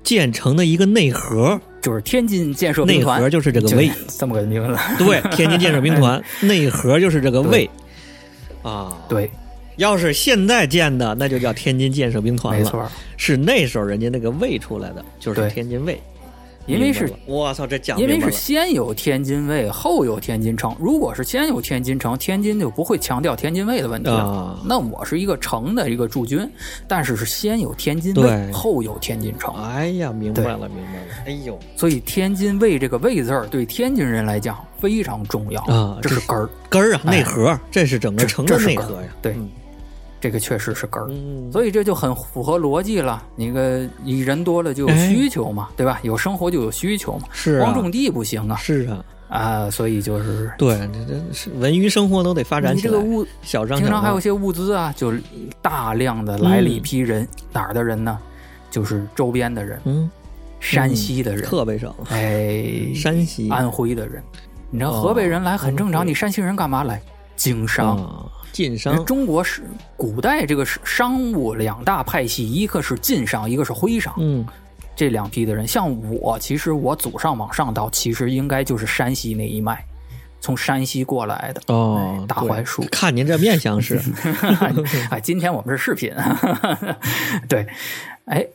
建成的一个内核，
就是天津建设兵
内核
团
就是这个“
就
魏
这么个名字。”。
对，天津建设兵团内核就是这个“魏”啊。，
对，
要是现在建的，那就叫天津建设兵团
没
了。
错，
是那时候人家那个魏出来的，就是
对
天津卫。
因为是
明白了我操，这讲
因
明
为
白
是
了。
先有天津卫，后有天津城。如果是先有天津城，天津就不会强调天津卫的问题了
啊。
那我是一个城的一个驻军，但是是先有天津卫，
对
后有天津城。
哎呀，明白了，明白了。哎呦
所以天津卫这个卫字儿对天津人来讲非常重要
啊
这
这
是
是
根儿，
根儿啊，
哎
内核，这是整个
这
城
这
的
是
内
根儿
核呀。
对
嗯
这个确实是根儿。
嗯，
所以这就很符合逻辑了。你个你人多了就有需求嘛，对吧？有生活就有需求嘛。
哎是
光
啊，
种地不行啊
是啊，
啊！所以就是
对，这这是文娱生活都得发展
你
起
这
来
个。物，
小张
平
小嗯
常还有
张
一，些物资啊，就大量的来了一批人，哪儿的人呢？就是周边的人，
嗯，
山西的人，
河北省、
哎，
山西、
安徽的人。你知道
哦
河北人来很正
安
常，
徽
你山西人干嘛来？经商。
啊、晋商，
中国是古代这个是商务两大派系，一个是晋商，一个是徽商。
嗯，
这两批的人，像我，其实我祖上往上倒，其实应该就是山西那一脉，从山西过来的。
哦
哎，大
对
槐树
看您这面相 是，
哎，今天我们是视频， 对，哎，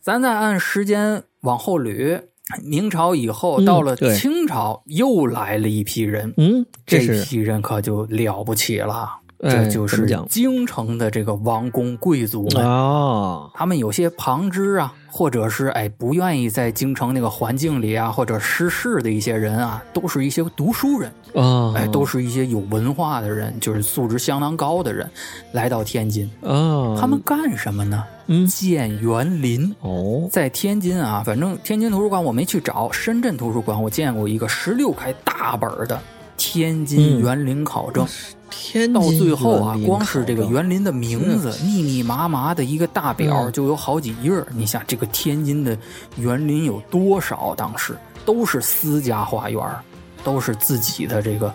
咱再按时间往后捋，明朝以后
嗯
到了
对
清朝，又来了一批人，
嗯，这
这
是
批人可就了不起了，
哎
这就
怎
是
么讲
京城的这个王公贵族们。
哦，
他们有些旁支啊，或者是哎不愿意在京城那个环境里啊，或者失势的一些人啊，都是一些读书人，
哦，
哎，都是一些有文化的人，就是素质相当高的人，来到天津，
哦，
他们干什么呢？
嗯
建园林。
哦，
在天津啊，反正天津图书馆我没去找，深圳图书馆我见过一个十六开大本儿的《天津
嗯
园林考证》
天
到
津
最后啊
园，林
光是这个
考证
园林的名字，密密麻麻的一个大表
嗯
就有好几页儿。你想，这个天津的园林有多少？当时都是私家花园儿，都是自己的这个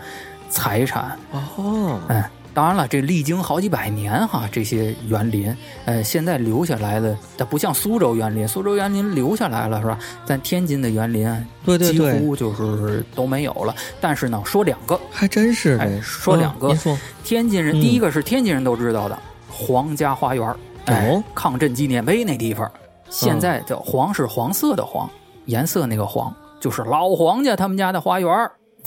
财产。
哦，
嗯，当然了，这历经好几百年哈，这些园林，呃，现在留下来的，它不像苏州园林，苏州园林留下来了是吧？但天津的园林啊
对对
几
对，
乎就是都没有了。但是呢，说两个，
还真是
哎
的。
说
嗯
两个哎
您说
天津人，
嗯
第一个是天津人都知道的皇家花园，哎，
哦嗯
抗震纪念碑那地方，现在叫黄是黄色的黄，颜色那个黄，就是老黄家他们家的花园，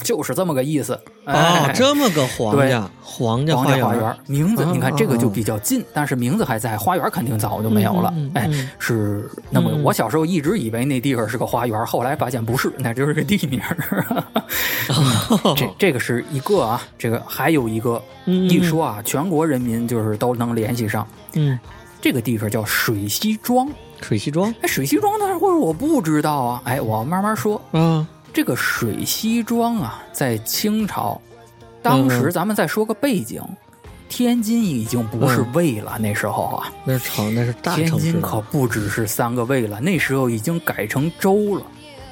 就是这么个意思。
哦
哎，，
这么个皇家皇家
皇
花
家花园
园，
名字
嗯
你看
嗯
这个就
嗯
比较近，但是名字还在，花园肯定早就没有了
嗯嗯。嗯
哎
嗯，
是那么
嗯
我小时候一直以为那地方是个花园，后来发现不是，那就是个地名儿。 嗯这这个是一个啊，这个还有一个
哦嗯
一说啊，全国人民就是都能联系上。
嗯，
这个地方叫水西庄，
水西庄
哎，水西庄那会儿我不知道啊，哎，我慢慢说。
啊，
这个水西庄啊，在清朝，当时咱们再说个背景，天津已经不是卫了，那时候啊，
那是城，那是嗯大
天
城市
津。可不只是三个卫了，那时候已经改成州了。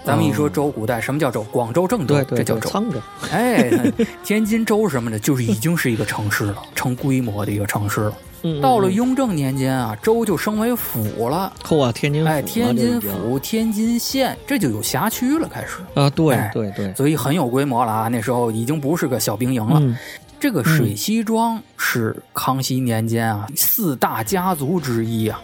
咱们一说州，古代什么叫州？广州、郑州
对，对
这叫
对，
州。
沧州。
哎，那 天津州什么的，就是已经是一个城市了，成规模的一个城市了。
嗯
到了
嗯
雍正年间啊，州就升为府了。
嚯啊，天津府
哎，
了
天
这
津
已经
府、天津县，这就有辖区了，开始，
啊，对
哎
对对，
所以很有规模了啊。那时候已经不是个小兵营了。
嗯
这个水西庄是康熙年间啊
嗯
四大家族之一啊，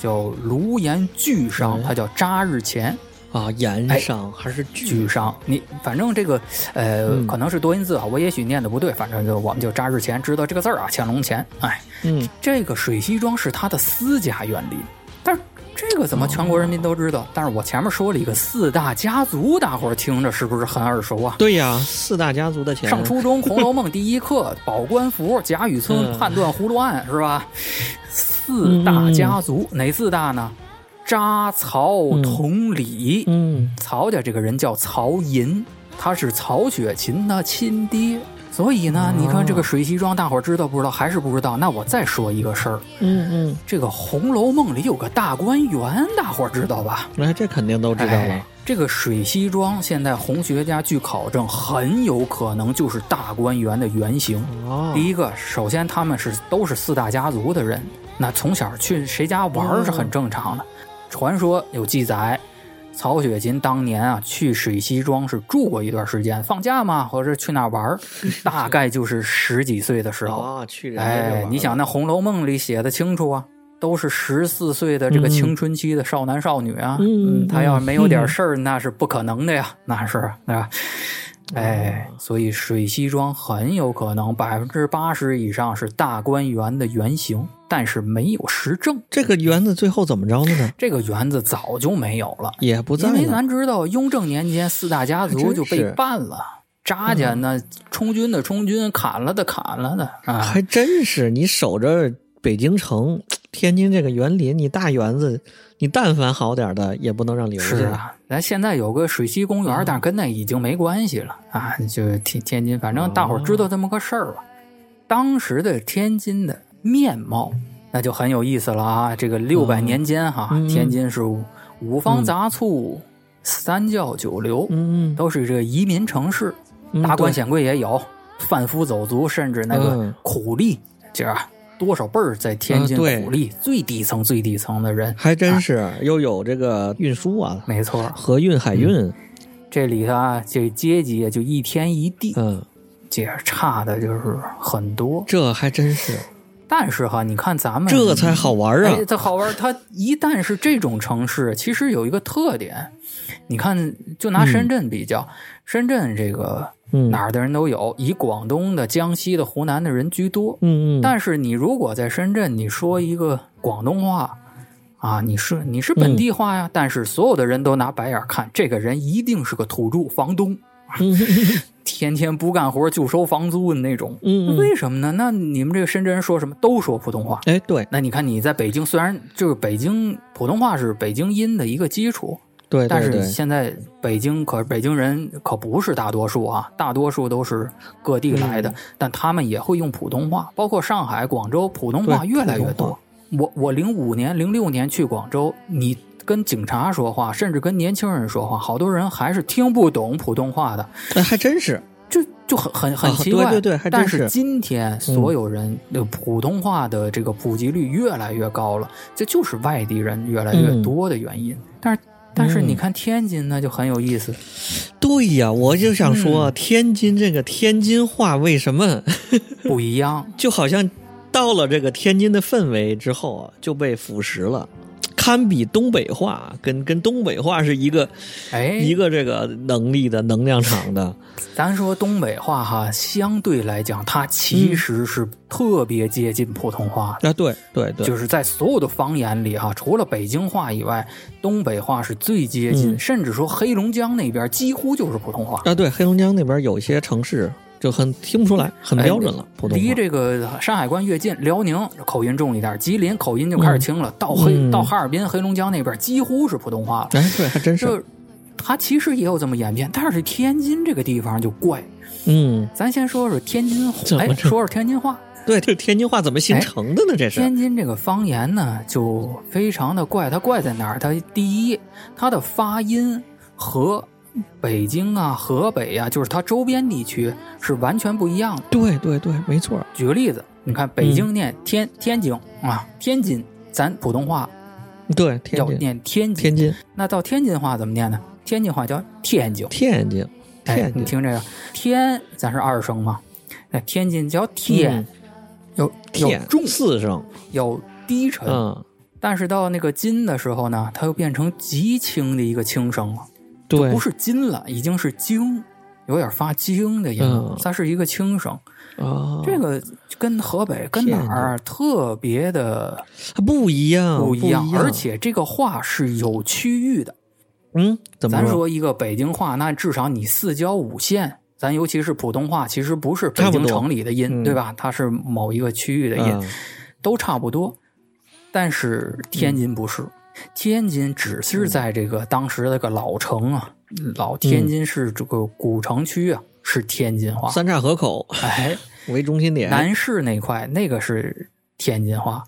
叫卢颜巨商，
嗯
他叫扎日前
啊，盐
哎
商还是
巨
巨
商。你反正这个呃
嗯，
可能是多音字啊，我也许念的不对，反正就我们就扎日前知道这个字儿啊，乾隆前。哎，
嗯
这个水西庄是他的私家园林，但是这个怎
哦
么全国人民都知道？但是我前面说了一个四大家族，大伙儿听着是不是很耳熟啊？
对呀，四大家族的钱
上初中《红楼梦》第一课，保官符、贾雨村
嗯
判断葫芦案是吧？四大家族、哪四大呢？查、曹、同、李。
嗯
曹家这个人叫曹寅，他是曹雪芹的亲爹。所以呢，你看这
哦
个水西庄，大伙儿知道不知道？还是不知道？那我再说一个事儿，
嗯
这个《红楼梦》里有个大观园，大伙儿知道吧？
嗯，哎，这肯定都知道
哎
了。
这个水西庄，现在红学家据考证，很有可能就是大观园的原型。
哦，
第一个，首先他们是都是四大家族的人，那从小去谁家玩儿是很正常的。
嗯
传说有记载，曹雪芹当年啊去水西庄是住过一段时间，放假嘛，或者去那儿 玩儿，大概就是十几岁的时候。
啊，去人家这玩
哎
儿，
你想那《红楼梦》里写的清楚啊，都是十四岁的这个
嗯
青春期的少男少女啊，
嗯嗯
他要是没有点事儿，那是不可能的呀，那是对吧？哎，
哦
所以水西庄很有可能百分之八十以上是大观园的原型，但是没有实证，
这个园子最后怎么着了呢？
这个园子早就没有了。
也不在
因为
了。
咱知道雍正年间四大家族就
还
被
真是嗯
办了，扎家那充军的充军，砍了的砍了的啊，
还真是，你守着北京城、天津这个园林，你大园子，你但凡好点儿的，也不能让留下。
是啊，咱现在有个水西公园，但跟那已经没关系了啊。就天天津，反正大伙儿
哦
知道这么个事儿吧。当时的天津的面貌，那就很有意思了啊。这个六百年间哈，
嗯
天津是五方杂醋、三教九流，
嗯，
都是这个移民城市，
嗯
达官
对
显贵也有，贩夫走卒，甚至那个
嗯
苦力，这、啊多少辈儿在天津
啊对
苦力、最底层最底层的人，
还真是、又有这个运输啊，
没错儿。
河运、海运，
这里头啊，这阶级就一天一地，
嗯
这差的就是很多。
这还真是，
但是哈，你看咱们
这才好玩儿啊！
哎，它好玩儿。它一旦是这种城市，其实有一个特点，你看，就拿深圳比较，深圳这个
嗯
哪儿的人都有，以广东的、江西的、湖南的人居多。
嗯嗯，
但是你如果在深圳，你说一个广东话。啊，你是你是本地话
嗯
呀，但是所有的人都拿白眼儿看，这个人一定是个土著房东，
嗯
天天不干活就收房租的那种。
嗯嗯，
为什么呢？那你们这个深圳人说什么都说普通话。
哎，对
那你看你在北京，虽然就是北京普通话是北京音的一个基础，
对
但
对
是
对，
现在北京可北京人可不是大多数啊，大多数都是各地来
嗯
的，但他们也会用普通话，包括上海、广州，普通话
对
越来越
普通
多
话。
我我零五年、零六年去广州，你跟警察说话，甚至跟年轻人说话，好多人还是听不懂普通话的。
哎还真是，
就就很很很
啊
奇怪，
对对对还真
但是
是嗯
今天所有人的普通话的这个普及率越来越高了，这就是外地人越来越多的原因。但是但
嗯
是你看天津呢，就很有 意思，
对呀，我就想说，
嗯
天津这个天津话为什么
不一样。
就好像到了这个天津的氛围之后啊，就被腐蚀了，堪比东北话，跟跟东北话是一个一
哎，
个这个能力的能量场的，
咱说东北话哈，相对来讲，它其实是特别接近普通话的。
啊，对对对，
就是在所有的方言里哈、除了北京话以外，东北话是最接近，
嗯
甚至说黑龙江那边几乎就是普通话。
啊对，黑龙江那边有些城市就很听不出来，很标准了，普通
哎离
话。
这个山海关越近，辽宁口音重一点，吉林口音就开始轻了。到黑、
嗯
到哈尔滨、黑龙江那边，几乎是普通话了。
哎，对，还真是
这它其实也有这么演变，但是天津这个地方就怪。
嗯，
咱先说说天津话
怎，么
哎，
着
说说天津话。
对，这天津话怎么形成的呢？这是
天津这个方言呢，就非常的怪。它怪在哪儿？它第一，它的发音和北京啊、河北啊，就是它周边地区是完全不一样的。
对对对，没错儿。
举个例子，你
嗯
看北京念天、天津啊，天津，咱普通话
对，天
要
津，
念天津，
天津，
那到天津话怎么念呢？天津话叫天津。
天津，
哎，
天
你
津，
听这个天，咱是二声嘛，那天津叫天
嗯，
有有
天
重，哎
四声，
有低沉。
嗯，
但是到那个金的时候呢，它又变成极轻的一个轻声了，
对
不，是金了，已经是京，有点发京的音了
嗯，
它是一个轻声。
啊，
这个跟河北跟哪儿特别的
它不一样，嗯
不
不
一样，而且这个话是有区域的。
嗯，怎么
咱说一个北京话，那至少你四郊五县。咱尤其是普通话，其实不是北
差不
京
多
城里的音，
嗯
对吧？它是某一个区域的音。
嗯
都差不多，但是天津不是，天津只是在这个当时那个老城啊，老天津市这个古城区啊，是天津话。
嗯三岔河口
哎，
为中心点，
南市那块那个是天津话，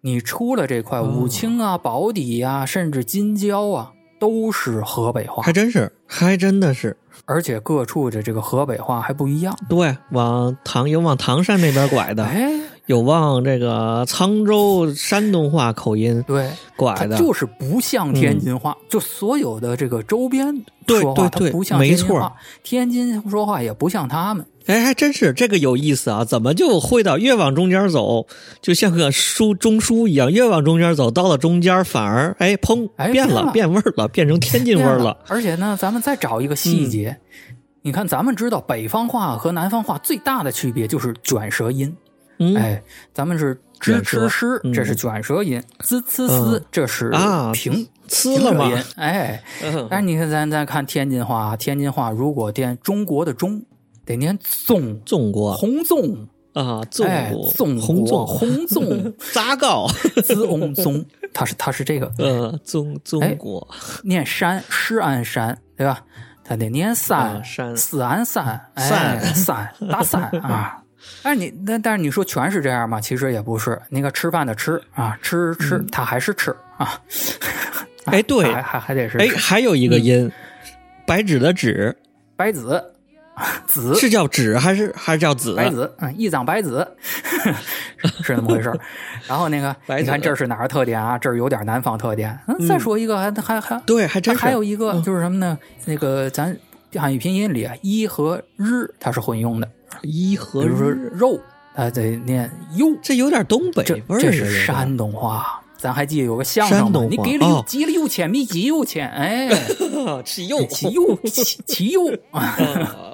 你出了这
哦
块武清啊、宝坻呀、甚至金郊啊，都是河北话
还，真是，还真的是，
而且各处的这个河北话还不一样。
对，往唐有往唐山那边拐的，
哎，
有往这个沧州山东话口音
对，它
拐的，嗯
就是不像天津话，就所有的这个周边
对
说话，
对对
它不像
没
天津
错
话，天津说话也不像他们。
哎，还真是这个有意思啊！怎么就会到越往中间走，就像个书中枢一样，越往中间走，到了中间反而哎砰
哎
变了，
变
变味儿了，变成天津味儿
变
了嗯
了。而且呢，咱们再找一个细节，你看，咱们知道北方话和南方话最大的区别就是卷舌音。
嗯，
哎，咱们是吱
卷舌
吱诗，
嗯
这是卷舌音；滋呲呲
嗯，
这是
啊
平
呲了
平
嘛嗯
舌音。哎， 但是你看，咱咱看天津话，天津话如果念中国的中，得念纵，
纵国
红纵。
啊，纵
哎
国，
纵
红
国
纵
红 纵
杂告，
滋翁宗，它是它是这个
呃，中
哎
中国
念山诗安山，对吧？它得念
啊
山
山
四安山，哎，
山
山大山啊。但是你但但是你说全是这样吗？其实也不是，那个吃饭的吃啊，吃吃，它还是吃啊。
哎嗯对
还还还得是嗯
哎，
吃
还有一个音，白纸的纸
白子， 子
是叫纸还是还是叫子？
白子，嗯，一张白子， 是那么回事 儿。然后那个，
白
你看
子
这是哪儿特点啊？这儿有点南方特点。嗯，再说一个，还还还
对，还真是嗯
还有一个就是什么呢？那个咱汉语拼音里啊，一和日它是混用的，
一
比
和
如说
日，
肉，它得念哟，
这有点东北
这
味儿啊，
这
有
是
点
山东话。咱还记得有个相声
山
吗？
东话
你给了又
哦
急了又欠，没急又欠， 哎，
啊是又
急又急急又，
啊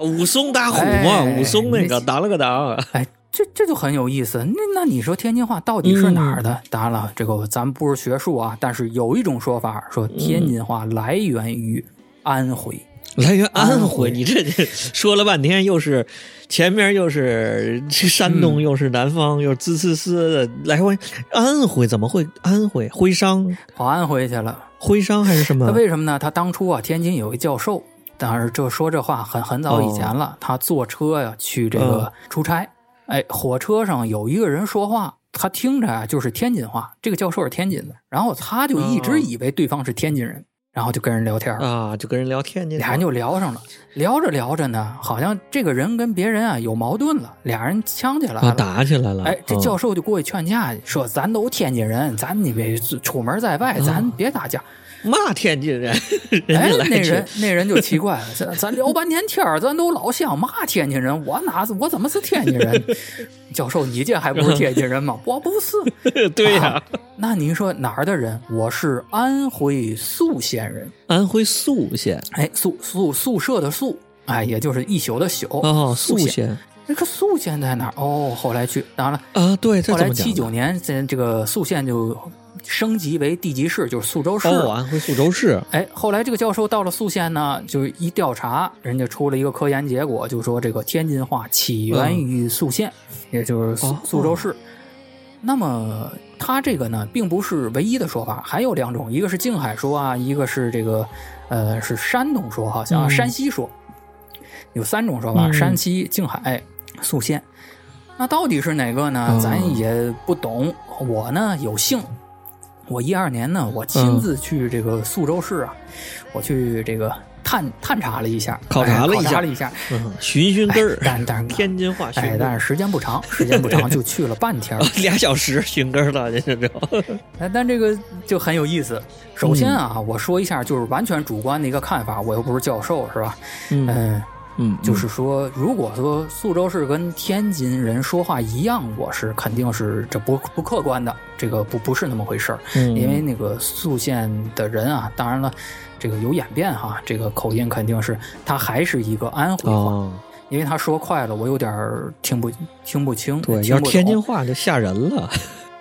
武松打虎嘛，
哎
武松那
那
个打了个当，啊
哎，这这就很有意思。那那你说天津话到底是哪儿的？
嗯
当然了，这个咱不是学术啊，但是有一种说法说天津话来源于安徽。
来源安
安
徽。
徽
你这这说了半天，又是前面又是山东，
嗯
又是南方，又是滋滋滋的，来回安徽怎么会安徽徽商
跑安徽去了，
徽商还是什
那
么？
为什么呢？他当初啊，天津有一教授，当然这说这话很很早以前
哦
了。他坐车呀、去这
嗯
个出差，哎，火车上有一个人说话，他听着啊就是天津话，这个教授是天津的，然后他就一直
嗯
以为对方是天津人，然后就跟人聊天儿。
啊，就跟人聊天去了
俩人就聊上了，聊着聊着呢，好像这个人跟别人啊有矛盾了，俩人呛起来
啊，
了。
打起来了。
哎，这
嗯
教授就过去劝架去，说咱都天津人，咱你别出门在外，
嗯
咱别打架。
骂天津人，人
哎
家，来
那
句
人那人就奇怪了，咱咱聊半天天儿，咱都老乡，嘛天津人，我哪我怎么是天津人？ 教授，你这还不是天津人吗？我不是。
对呀、
啊那您说哪儿的人？我是安徽宿县人。
安徽宿县
哎，宿宿宿舍的宿，哎，也就是一宿的宿。
哦，
宿
宿县
那个宿县在哪儿？哦，后来去，当然了，
啊，对，这
后
怎
来
么
七
讲
九
呢？
年，这这个宿县就升级为地级市，就是宿州市。
哦，安徽宿州市，
哎，后来这个教授到了宿县呢，就是一调查，人家出了一个科研结果，就说这个天津话起源于宿县，也就是
嗯
宿
哦
宿州市。那么他这个呢，并不是唯一的说法，还有两种，一个是静海说啊，一个是这个呃是山东说，好像、啊
嗯
山西说，有三种说法：
嗯
山西、静海、宿县。那到底是哪个呢
哦？
咱也不懂。我呢有幸，我一二年
嗯
呢，我亲自去这个宿州市啊，我去这个探探查了一下，
考察
哎
了一
考
下
察了一下，
嗯寻寻根
哎
儿，
但但是
天津话寻
哎，
根
但
儿，
是时间不长，时间 不长，就去了半天儿。
俩小时寻根儿了，这是这
哎，但这个就很有意思。首先啊，
嗯
我说一下，就是完全主观的一个看法，我又不是教授，是吧？
嗯
嗯，
嗯，
就是说，如果说苏州市跟天津人说话一样，我是肯定是这不不客观的，这个不不是那么回事儿。
嗯
因为那个宿县的人啊，当然了，这个有演变哈，这个口音肯定是他还是一个安徽话，
哦，
因为他说快了，我有点儿听不听不清，
对，
听
要
不
是天津
懂
话就吓人了，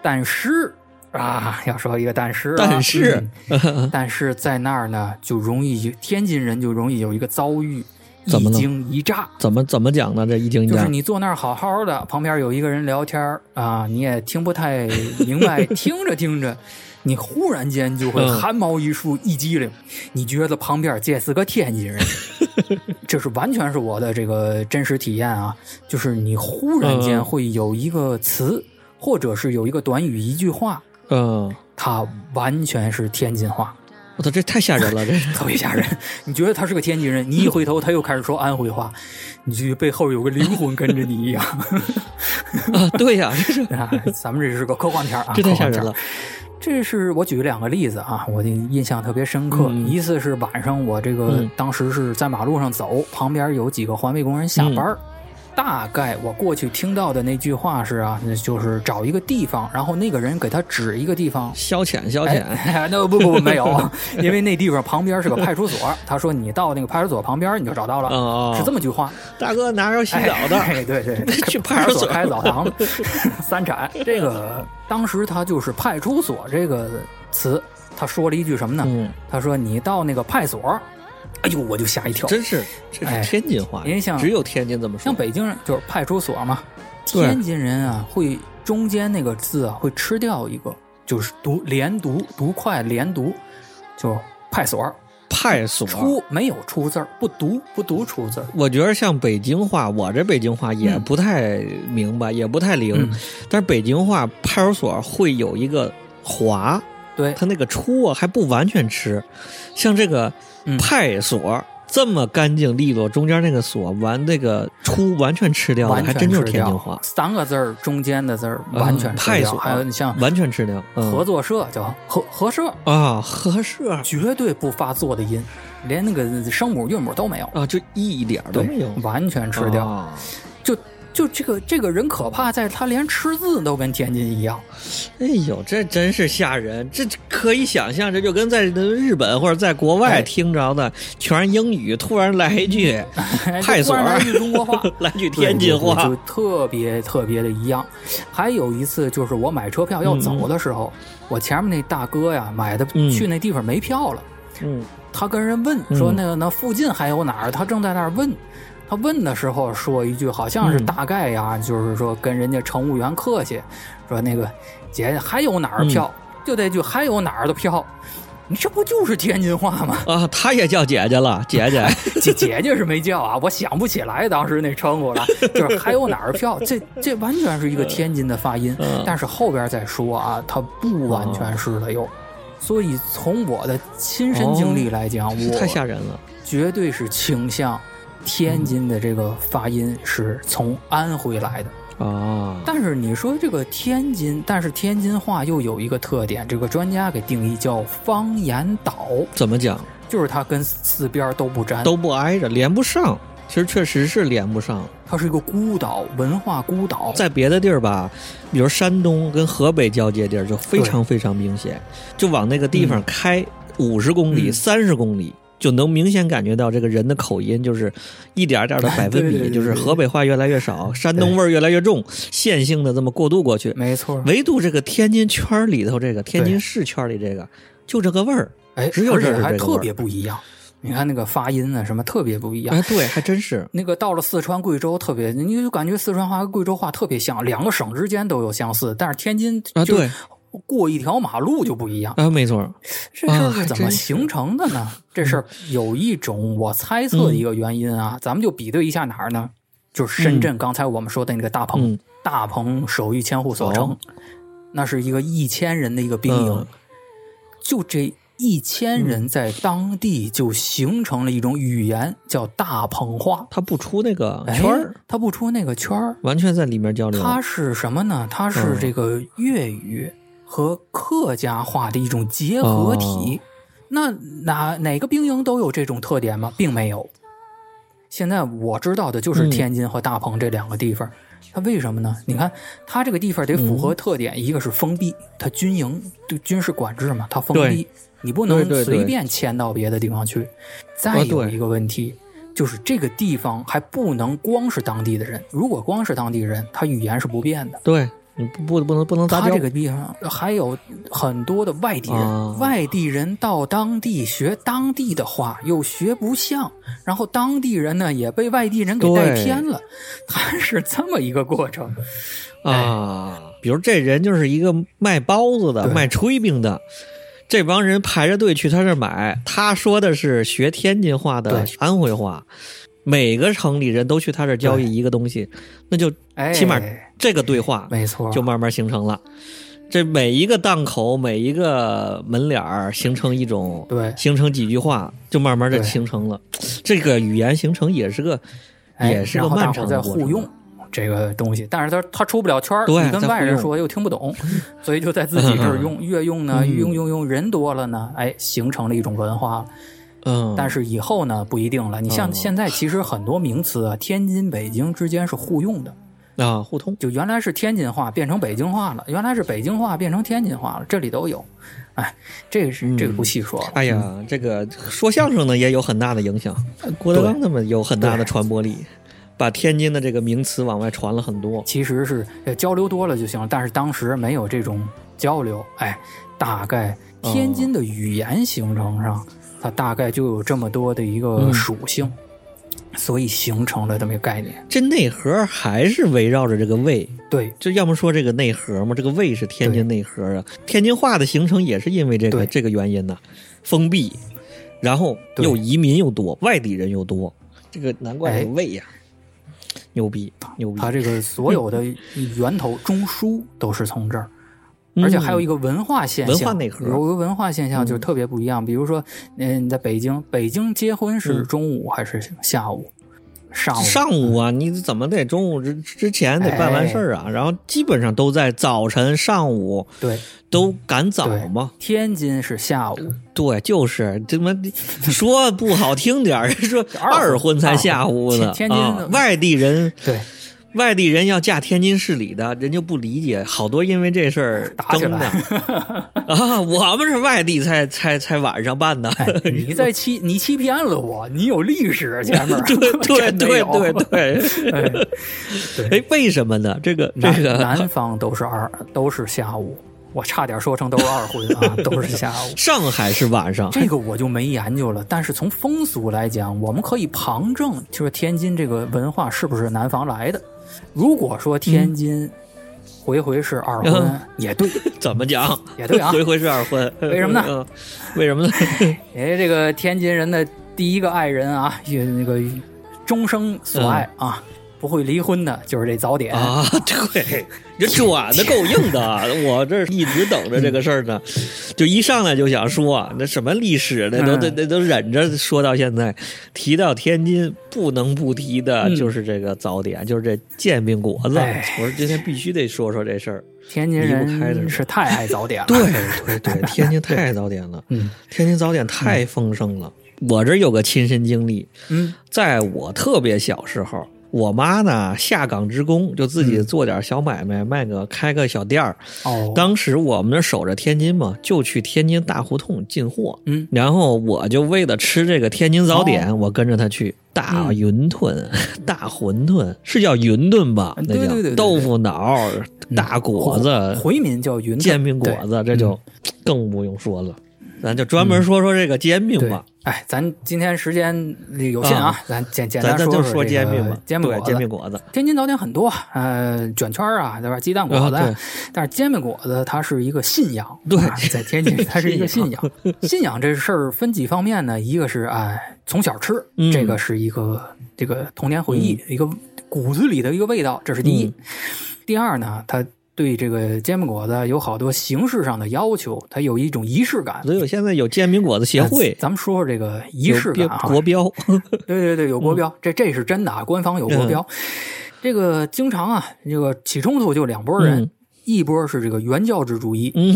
但是啊，要说一个但是、啊，
但是
嗯但是在那儿呢，就容易天津人就容易有一个遭遇，一
怎么了
惊一乍。
怎么怎么讲呢？这一惊一
就是
乍，
你坐那儿好好的，旁边有一个人聊天儿啊，你也听不太明 白，听着听着，你忽然间就会
嗯
汗毛一竖，一激灵，你觉得旁边这是个天津 人，这是完全是我的这个真实体验啊，就是你忽然间
嗯
会有一个词，或者是有一个短语一句话，
嗯，
它完全是天津话。
我操，这太吓人了， 这
特别吓人。你觉得他是个天津人，你一回头他又开始说安徽话，你就背后有个灵魂跟着你一样。
啊，对呀，这是
啊 咱们这是个科幻片儿啊，
这太吓
科
人
幻片
了
儿。，这是我举两个例子啊，我的印象特别深刻。
嗯
一次是晚上，我这个
嗯
当时是在马路上走，旁边有几个环卫工人
嗯
下班儿。大概我过去听到的那句话是啊，那就是找一个地方，然后那个人给他指一个地方，
消遣消
哎，
遣，
那不不不没有， 因为那地方旁边是个派出所，他说你到那个派出所旁边你就找到了，
哦哦
是这么句话。
大哥哪有洗澡的？
哎、对对，
去
派
派
出
出
所
所
开澡 堂了，三产。这个当时他就是派出所这个词，他说了一句什么呢？
嗯，
他说你到那个派所，哎呦我就吓一跳，
真是这
哎
是天津话，
您像
只有天津这么说
像，北京人就是派出所嘛，
对
天津人啊会中间那个字啊会吃掉一个，就是读连读读快连读，就是派所
派所。
出没有出字儿，不读不读出字儿。
我觉得像北京话，我这北京话也
嗯
不太明白，也不太灵。
嗯
但是北京话派出所会有一个“华”，
对，
它那个“出”啊还不完全吃。像这个
嗯
派所、这么干净利落，中间那个“所”完那个“出”完全吃掉了，
完
还
全
真就是
吃
天
掉
津话，
三个字儿中间的字儿完全
嗯
吃
派
掉。
所
还有你像
完全吃掉。嗯、
合作社叫合合社，
啊，合社
绝对不发做的音，连那个声母韵母都没有，
啊，就一点儿都
对
没有，
完全吃掉。
啊
就就这个这个人可怕在，他连吃字都跟天津一 样。
哎呦，这真是吓人！这可以想象，这就跟在日本或者在国
哎
外听着的全是英语，突然来一 句，派所
突然来句中国话，
来句 天津
对对
话
对就特别特别的一样。还有一次就是我买车票要走的时候，我前面那大哥呀买的
嗯
去那地方没票了，
嗯，
他跟人问
嗯
说那个那附近还有哪儿？他正在那儿问。他问的时候说一句，好像是
嗯
大概呀，就是说跟人家乘务员客气，说那个姐还有哪儿票？
嗯
就这句还有哪儿的票？你这不就是天津话吗？
啊，他也叫姐姐了，姐姐，
姐姐姐是没叫啊，我想不起来当时那称呼了， 就是还有哪儿票，这这完全是一个天津的发音，
嗯
但是后边再说啊，它不完全是了
哦
又。所以从我的亲身经历来讲，
哦是太吓
我
人了。
绝对是倾向天津的这个发音是从安徽来的。
啊，
但是你说这个天津，但是天津话又有一个特点，这个专家给定义叫方言岛，
怎么讲
就是它跟四边儿都不沾，
都不挨着，连不上。其实确实是连不上，
它是一个孤岛，文化孤岛。
在别的地儿吧，比如山东跟河北交界地儿就非常非常明显，就往那个地方开五十公里、
嗯
三十公里，就能明显感觉到这个人的口音就是一点儿点的百分
哎对对对
比，
对
就是河北话越来越少，山东味儿越来越重，线性的这么过渡过去。
没错，
唯独这个天津圈儿里头这个，天津市圈儿里这个，就这个味儿，
哎，
只有
而
这
且
儿是
还
这个
特
味儿
别不一样。你看那个发音啊，什么特别不一样。
哎，对，还真是。
那个到了四川、贵州，特别你就感觉四川话和贵州话特别像，两个省之间都有相似，但是天津
啊，
就
对
过一条马路就不一样。
啊，没错儿，
这事儿
啊还
是怎么
真是嗯
形成的呢？这事儿有一种我猜测的一个原因啊，咱们就比对一下哪儿呢？就是深圳，刚才我们说的那个大棚，
嗯
大棚手艺千户所成，
哦
那是一个一千人的一个兵营，
嗯
就这一千人在当地就形成了一种语言，叫大棚话
他不出那个
哎
圈儿，
它不出那个圈儿，
完全在里面交流。
它是什么呢？它是
嗯
这个粤语和客家话的一种结
哦
合体。那哪哪个兵营都有这种特点吗？并没有。现在我知道的就是
嗯
天津和大棚这两个地方。它为什么呢？你看，它这个地方得符
嗯
合特点，一个是封闭，它军营对军事管制嘛，它封闭
对，
你不能
对对对
随便迁到别的地方去。再
啊
有
对
一个问题，就是这个地方还不能光是当地的人，如果光是当地人，他语言是不变的。
对，你不不不能不能杂
他
交
这。个地方还有很多的外地人，
啊
外地人到当地学当地的话又学不像，然后当地人呢也被外地人给带
对
偏了，他是这么一个过程。
啊，比如这人就是一个卖包子的、
哎对
卖炊饼的，这帮人排着队去他这儿买。他说的是学天津话的
对
安徽话，每个城里人都去他这儿交易一个东西，那就
哎，
起码这个对话
没错，
就慢慢形成了。这每一个档口、每一个门脸儿形成一种，
对
形成几句话，就慢慢的
对
形成了。这个语言形成也是个，
哎
也是
然
个
后
漫
大伙
长
在
的过
互
程。
用这个东西，但是他他出不了圈儿，
对
你跟
在
外
互
人
用
说又听 不懂，所以就在自己这儿用，越用呢，
嗯
用用用人多了呢，哎，形成了一种文化了。
嗯，
但是以后呢，不一定了。你像
嗯
现在，其实很多名词啊，天津、北京之间是互用的，
啊，互通。
就原来是天津话变成北京话了，原来是北京话变成天津话了，这里都有。哎，这是这个不细说了。
哎呀，这个说相声呢也有很大的影响，郭德纲他们有很大的传播力，把天津的这个名词往外传了很多。
其实是呃交流多了就行了，但是当时没有这种交流，哎，大概天津的语言形成上，它大概就有这么多的一个
嗯
属性，所以形成了这么一个概念。
这内核还是围绕着这个胃，
对，
就要么说这个内核嘛，这个胃是天津内核啊。天津话的形成也是因为这个
对
这个原因呐，封闭，然后
对
又移民又多，外地人又多，这个难怪
哎
有胃呀、牛逼牛逼！
它这个所有的源头中枢都是从这儿。
嗯
而且还有一个文化现象，
文化内核
有个文化现象就是特别不一样。比如说，嗯、你在北京，北京结婚是
嗯
中午还是下午？上午。
上午啊，你怎么得中午之之前得办完事儿
哎
啊？然后基本上都在早晨、上午
对，
都赶早
对
嘛。
天津是下午，
对，就是这么说不好听点儿， 说
二
二
婚
婚才下午呢。
天天津
啊
的
外地人，
对，
外地人要嫁天津市里的，人就不理解，好多因为这事儿
打起
争
来
的 啊。我们是外地才才才晚上 办的。
哎，你在欺你欺骗了我，你有历史前面儿，啊
对对
真的
对
有
对对，
哎
哎，为什么呢？这个这
南
个
南方都是二，都是下午，我差点说成都是二婚 啊，都是下午。
上海是晚上，
这个我就没研究了，但是从风俗来讲，我们可以旁证，就是天津这个文化是不是南方来的？如果说天津回回是二婚，
嗯
也 对，
怎么讲？
也对 啊
回回是二婚，
为什 么呢
呢？为什么呢？
哎，这个天津人的第一个爱人啊，也那个终生所爱
嗯
啊，不会离婚的，就是这早点。
啊， 对，这转的够硬的， 我这一直等着这个事儿呢，就一上来就想说那什么历史的，都
嗯
那那都忍着说到现在。提到天津，不能不提的
嗯
就是这个早点，就是这煎饼果子。
哎
我说今天必须得说说这事儿。
天津
离不开的
人是太爱早点了。
对对 对，天津太早点了，
嗯
天津早点太丰盛了。我这有个亲身经历，
嗯
在我特别小时候，我妈呢下岗职工，就自己做点小买卖，卖个开个小店儿。
哦，
当时我们那守着天津嘛，就去天津大胡同进货。
嗯
然后我就为了吃这个天津早点，
哦
我跟着她去大
嗯
云吞、大馄饨，是叫云吞吧？
嗯
那叫
对对对对对嗯
豆腐脑、大果子、
回民叫云吞嗯
煎饼果子，这就更不用说了。咱就专门说说这个煎饼吧。
哎，咱今天时间有限啊，咱简简
咱
单
咱
说
就
说这
煎
个
饼吧，
煎饼
对
果
煎
子
饼。果子，
天津早点很多，呃，卷圈啊，对吧？鸡蛋果
啊
子，
对
但是煎饼果子它是一个信仰，
对
啊 在 天津它是一个
信
信仰。信仰这事儿分几方面呢？一个是哎，从小吃，
嗯
这个是一个这个童年回忆，一个骨子里的一个味道，这是第一。
嗯
第二呢，它对这个煎饼果子有好多形式上的要求，它有一种仪式感。
所以我现在有煎饼果子协会
咱，咱们说说这个呃仪
有
式
标
感啊，
国 标，
对对对，有
嗯
国标，这这是真的啊，官方有国标。这个经常啊，这个起冲突就两拨人，
嗯
一波是这个原教旨主义，
嗯，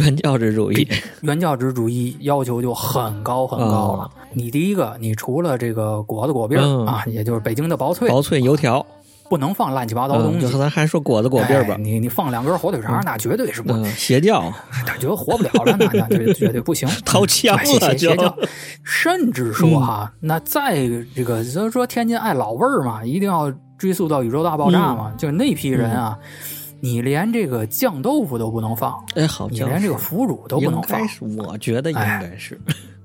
原教旨主义，
原教旨主义要求就很高很高了。你第一个，你除了这个果子果篦儿、
啊嗯
啊，也就是北京的薄脆，
薄脆油 条，
不能放乱七八糟
嗯，
东西。
就咱还说果子果篦儿
哎
吧，
你你放两根火腿肠，那绝对是不，
嗯，邪教
他觉得活不了了，那那就绝对不行。
掏枪
哎邪
了
邪
就嗯
邪，教，甚至说哈，那再这个，就是说天津爱老味儿嘛，一定要追溯到宇宙大爆炸
嗯
嘛，就那批人啊，你连这个酱豆腐都不能放，
哎，好
你
像
连这
是
个腐乳都不能
应
放哎
该，是，我觉得应该是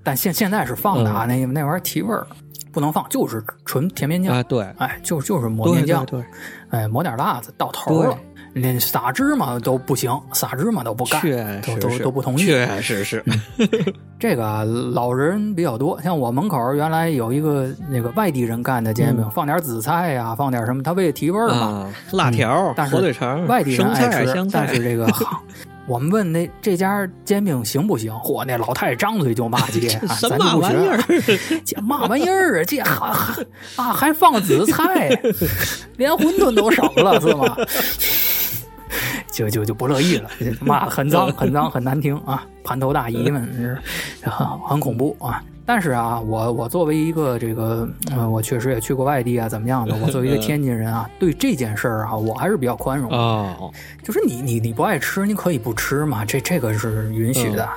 但现现在是放的
嗯
啊，那那玩意儿提味儿，不能放，就是纯甜面酱，
啊，对，
哎，就就是抹
对
面
对
酱，
对，
哎，抹点辣子到头儿了，连撒芝麻都不行，撒芝麻都不干，
确
都
实
都
是
都不同意，
确实 是，
这个啊老人比较多，像我门口儿原来有一个那个外地人干的煎饼，放点紫菜呀、放点什么，他为了提味儿嘛。
啊，辣条、
但是
火腿肠、
外地人
生
爱
菜、
吃
香，
但
菜
是，这个我们问那这家煎饼行不行？嚯，那老太太张嘴 就骂街，啊、
什
咱
么
就不
玩
学
意儿
了。？ 这嘛玩意儿啊？这还啊还放紫菜，啊 连馄饨都少了是吗？ 就就就不乐意了，骂得很脏很脏很难听啊！盘头大姨们是很很恐怖啊！但是啊，我我作为一个这个，呃，我确实也去过外地啊，怎么样的？我作为一
嗯
个天津人啊，对这件事儿啊，我还是比较宽容的。
哦，
就是你你你不爱吃，你可以不吃嘛，这这个是允许
嗯
的。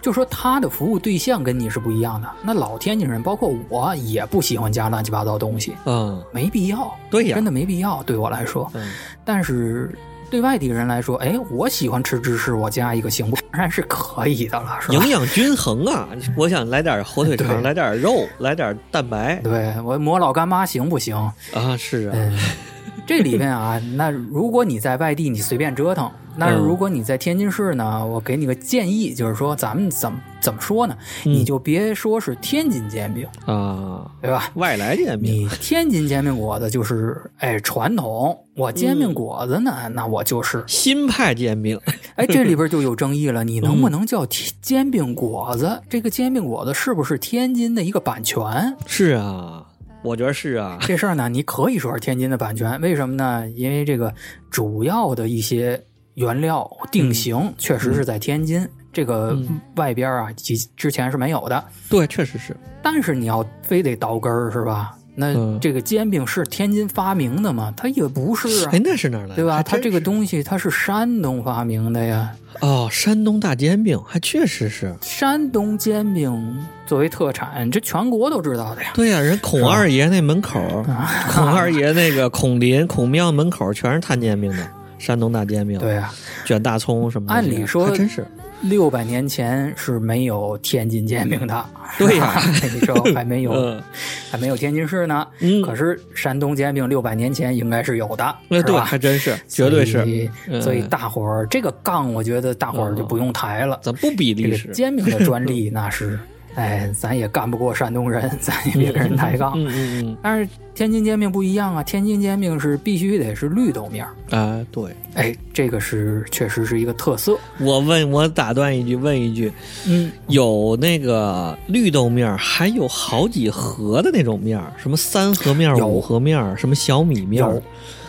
就说他的服务对象跟你是不一样的，那老天津人包括我也不喜欢加乱七八糟东西，
嗯
没必要，
对呀
真的没必要，对我来说。
嗯，
但是对外地人来说，哎，我喜欢吃芝士，我加一个行不？当然是可以的了，是吧
营？养均衡啊！我想来点火腿肠，
对
来点肉，来点蛋白
对我磨老干妈行不行？
啊！是啊，
嗯， 这里面啊，那如果你在外地，你随便折腾；那
嗯
如果你在天津市呢，我给你个建议，就是说咱们怎么怎么说呢？
嗯
你就别说是天津煎饼，
啊，
对吧？
外来煎饼
你天津煎饼果子就是哎传统，我煎
嗯
饼果子呢，那我就是
新派煎饼，
哎这里边就有争议了，你
嗯
能不能叫天煎饼果子？这个煎饼果子是不是天津的一个版权？
是啊，我觉得是啊，
这事儿呢，你可以说是天津的版权，为什么呢？因为这个主要的一些原料定型确实是在天津，这个
嗯
外边啊，其之前是没有的。
对，确实是，啊
但是你要非得倒根儿是吧？那
嗯
这个煎饼是天津发明的吗？它也不是啊
哎，，那是哪儿来的？
对吧？
还
它
真
这个
是
东西它是山东发明的呀。
哦，山东大煎饼还确实是，
山东煎饼作为特产，这全国都知道的呀。
对呀、人孔二爷那门口儿，孔二爷那个孔林、孔庙门口儿全是摊煎饼的，山东大煎饼，
对，呀、
卷大葱什么的。
按理说
还真是，
六百年前是没有天津煎饼的，
对呀
那时候还没有，
嗯
还没有天津市呢。
嗯，
可是山东煎饼六百年前应该是有的，
那
是
对，
吧
还？真是，绝对是
所。以
嗯
所以大伙儿这个杠，我觉得大伙儿就不用抬了。
咱不比
这
嗯历
个
史，
煎饼的 专利那是，哎，咱也干不过山东人， 咱也别跟人抬杠。
嗯嗯
但是天津煎饼不一样啊，天津煎饼是必须得是绿豆面儿，
嗯啊，对。
哎，这个是确实是一个特色。
我问，我打断一句，问一句，
嗯，
有那个绿豆面儿，还有好几盒的那种面儿，什么三盒面儿、
有
五盒面儿，什么小米面儿
有，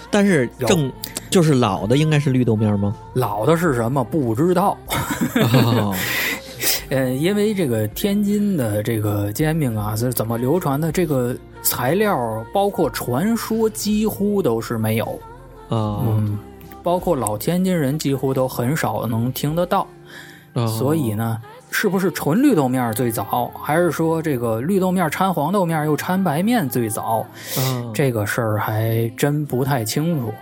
但是
有
正就是老的应该是绿豆面儿 吗？
老的是什么不知道。
哦
嗯，因为这个天津的这个煎饼啊，是怎么流传的？这个材料包括传说几乎都是没有，
哦
嗯，包括老天津人几乎都很少能听得到。
哦
嗯所以呢，是不是纯绿豆面儿最早，还是说这个绿豆面儿掺黄豆面儿又掺白面最早？
哦
这个事儿还真不太清楚。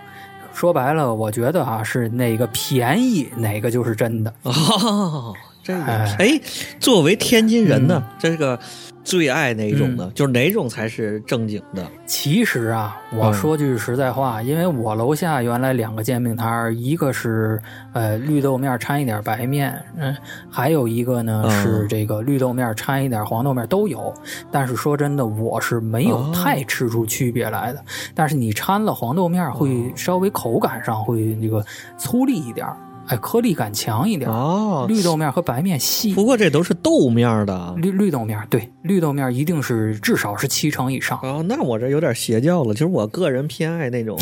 说白了，我觉得啊，是哪个便宜哪个就是真的。
哦，这个
哎嗯
哎，作为天津人呢，这个最爱哪种呢？就是哪种才是正经的？
其实啊，我
嗯
说句实在话，因为我楼下原来两个煎饼摊儿，一个是呃绿豆面儿掺一点白面，嗯，还有一个呢、
嗯
是这个绿豆面儿掺一点黄豆面儿都有。但是说真的，我是没有
哦
太吃出区别来的。但是你掺了黄豆面儿，会稍微口感上会那个粗粝一点儿，哎，颗粒感强一点儿。
哦，
绿豆面儿和白面细
不过这都是豆面儿的。啊
绿绿豆面儿，对，绿豆面儿一定是至少是七成以上。
哦，那我这有点邪教了。其实我个人偏爱那 种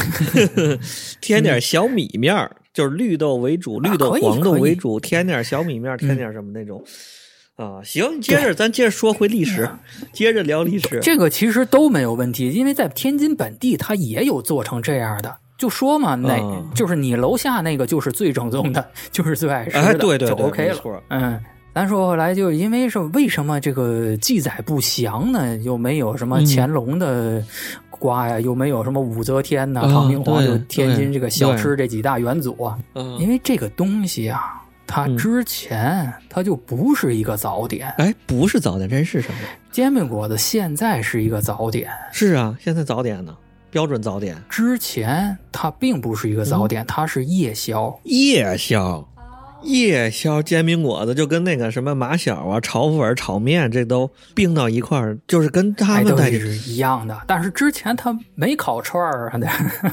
添点小米面儿，就是绿豆为主，
啊
绿豆、
可以
黄豆
可以嗯
为主，添点小米面儿，添点什么那种。啊，行，接着咱接着说回历史，接着聊历史。
嗯这个其实都没有问题，因为在天津本地，它也有做成这样的。就说嘛，那、
嗯
就是你楼下那个就是最正宗的， 就是最爱吃的，
哎，对对
就
对
OK
没
了。
错。
嗯，咱说回来，就是因为是为什么这个记载不详呢？又没有什
嗯
么乾隆的瓜呀，又没有什么武则天呐、
啊
唐明皇，
对
就天津
对
这个小
对
吃这几大元祖啊。
嗯，
因为这个东西啊，它
嗯
之前它就不是一个早点，
哎，不是早点，真是什么？
煎饼果子现在是一个早点。
是啊，现在早点呢，标准早点，
之前它并不是一个早
嗯
点，它是夜宵。
夜宵，夜宵煎饼果子就跟那个什么马小啊、炒粉、炒面这都并到一块儿，就是跟他
哎，
们
都
在一起
是一样的，但是之前它没烤串儿 啊，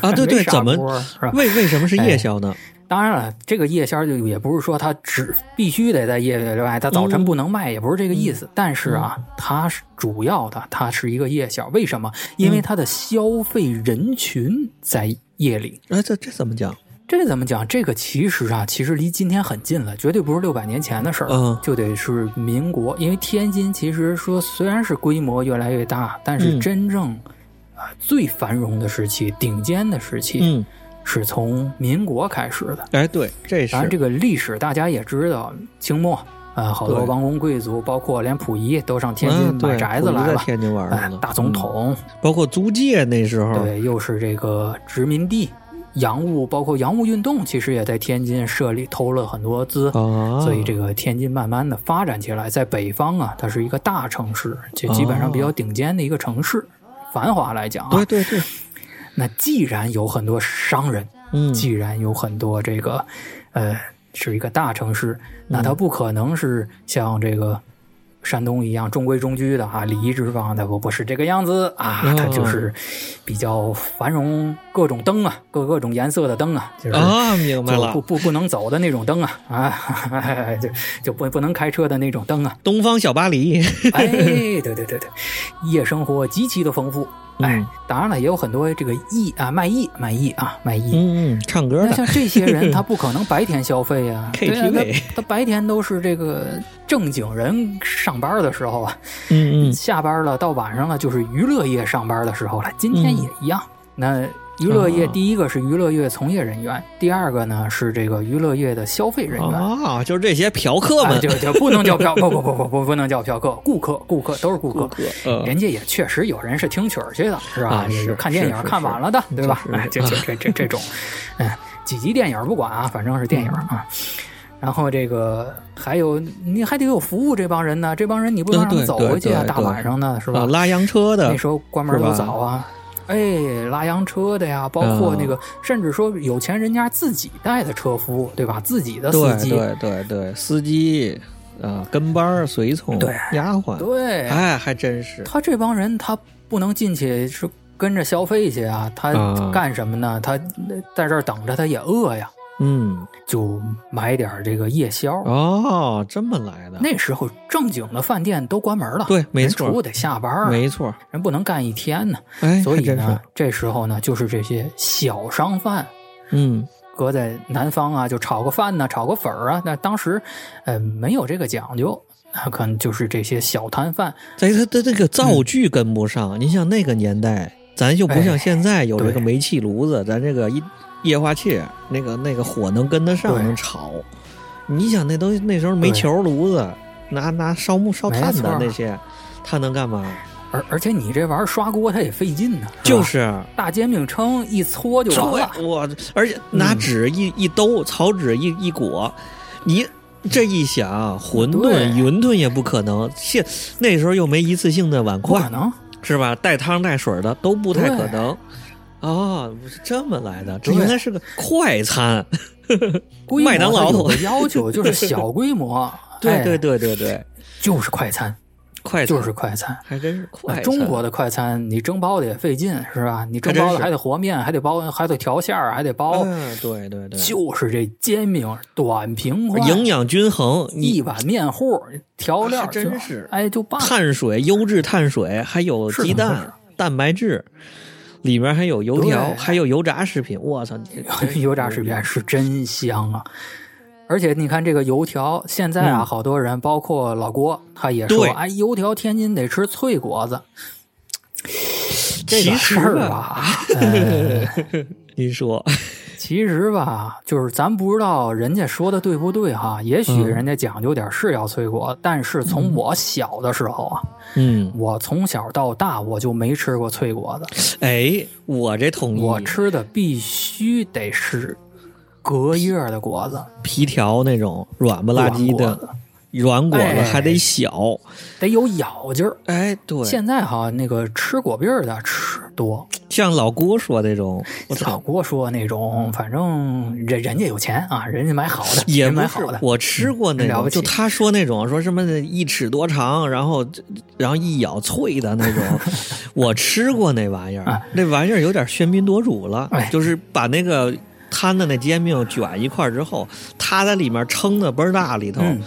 啊，对对，
没
怎
砂
么
锅儿是吧？
为为什么是
哎
夜宵呢？
当然了，这个夜宵就也不是说它只必须得在夜里卖，它早晨不能卖，也不是这个意
嗯
思。但是啊，它是主要的，它是一个夜宵。为什么？因
嗯
为它的消费人群在夜里。
哎，这这怎么讲？
这怎么讲？这个其实啊，其实离今天很近了，绝对不是六百年前的事儿，
嗯
就得是民国。因为天津其实说虽然是规模越来越大，但是
嗯
真正啊、最繁荣的时期、顶尖的时期、
嗯，
是从民国开始的。
哎，对，这是
当然，这个历史大家也知道，清末呃，好多
对
王公贵族，包括连溥仪都上天津
嗯对
买宅子
溥仪
来
在
了。
天津玩
哎
儿呢，
大总统、
嗯，包括租界那时候，
对，又是这个殖民地，洋务包括洋务运动，其实也在天津设立投了很多资，
啊，
所以这个天津慢慢的发展起来，在北方啊，它是一个大城市，就基本上比较顶尖的一个城市，繁华来讲
对
啊。
对对，
那既然有很多商人，
嗯，
既然有很多这个，呃，是一个大城市，那它不可能是像这个。山东一样中规中矩的啊，礼仪之邦它不不是这个样子啊，它就是比较繁荣，各种灯啊，各各种颜色的灯啊，就是
啊，明白
就
了
不，不不能走的那种灯啊 啊， 就就不不能开车的那种 灯啊，
东方小巴黎，
哎，对对对对，夜生活极其的丰富，哎
嗯，
当然了，也有很多这个艺啊，卖艺卖艺啊，卖艺，
嗯，嗯唱歌
那
的，
像这 些人，他不可能白天消费啊
KTV
对啊他他白天都是这个正经人上班的时候啊，
嗯嗯，
下班了到晚上了就是娱乐业上班的时候了。今
嗯
天也一样。那娱乐业
啊
第一个是娱乐业从业人员，第二个呢是这个娱乐业的消费人员。
啊，就是这些嫖客
啊
们，嗯
就就不能叫嫖，不不不不不不能叫嫖客，顾客顾客都是顾客。
呃
人家也确实有人是听曲儿去的，是吧？
啊
有
是
看电
是
影
是
看晚了的，对吧
是？是
哎，这这这这这种，嗯，几集电影不管啊，反正是电影
嗯
啊。然后这个还有，你还得有服务这帮人呢，这帮人你不能让他
嗯对
走回去啊，
对对
大晚上的是吧
啊，？拉洋车的
那，时候关门都早啊。哎，拉洋车的呀，包括那个，
嗯
甚至说有钱人家自己带的车夫，对吧？自己的司
对
机，
对对对，司机啊，跟班儿随从，
对
丫鬟，
对
哎，还真是，
他这帮人他不能进去是跟着消费去啊，他
啊
干什么呢？他在这儿等着，他也饿呀，
嗯，
就买点儿这个夜宵。
哦，这么来的，
那时候正经的饭店都关门了，
对没错
人厨得下班儿，
没错，
人不能干一天呢。
哎，
所
还
以
真是
呢，，这时候呢，就是这些小商贩。
嗯，
搁在南方啊，就炒个饭呐、炒个粉儿啊。那当时，呃，没有这个讲究，啊可能就是这些小摊贩
在他的这个灶具跟不
嗯
上，你想那个年代，咱就不像现在有这个
对
煤气炉
哎
子，咱这个一液化气，那个那个火能跟得上，
对
能炒。你想那东西那时候煤球炉子，拿拿烧木烧炭
没错
的
啊
那些，它能干嘛？
而而且你这玩意儿刷锅它也费劲呢、吧
就是
大煎饼铛一搓就完了。嗯
我，而且拿纸一一兜，草纸一一裹，你这一想，馄饨、
对
云吞也不可能，现那时候又没一次性的碗
不可
筷，
能，
是吧？带汤带水的都不太
对
可能。哦，是这么来的，这
对
应该是个快餐。
规模
麦当劳，
它有个要求就是小规模
对对
哎，
对对对，
就是快餐，
快餐
就是快餐。
还真是快餐。
中国的快餐，你蒸包子也费劲是吧？你蒸包
还真
子
是
还得和面，还得包，还得调馅儿，还得包，
嗯，对对对，
就是这煎饼短平快，
营养均衡，
一
你
碗面糊调料
还
就，
真是
哎，就棒。
碳水、优质碳水，还有
是
鸡
是
蛋、蛋白质，里面还有油条，
对
还有油炸食品。我操，你
油炸食品是真香啊！而且你看这个油条，现在啊，
嗯
好多人，包括老郭，他也说
对，
哎，油条天津得吃脆果子。这
其
个
实
事儿 吧，呃，
您说，
其实吧，就是咱不知道人家说的对不对哈，也许
嗯
人家讲究点儿是要脆果，但是从我小的时候啊，
嗯，
我从小到大我就没吃过脆果子，
哎，我这统一
我吃的必须得是隔夜的果子，
皮条那种软不拉几
软果
的
子
软果子，
哎
还得小。
得有咬劲儿。
哎，对，
现在哈，那个吃果篦儿的吃多，
像老郭说那种，我
老
操，嗯
郭说那种，反正人人家有钱啊，人家买好的，
也
人
不
买
是
好的，
我吃过那
嗯了
种，
不
就
起
他说那种说什么一尺多长，然后然后一咬脆的 那种，我吃过那玩意儿
啊，
那玩意儿有点喧宾夺主了
哎，
就是把那个。摊的那煎饼卷一块儿之后，它在里面撑的倍儿大，里头、
嗯，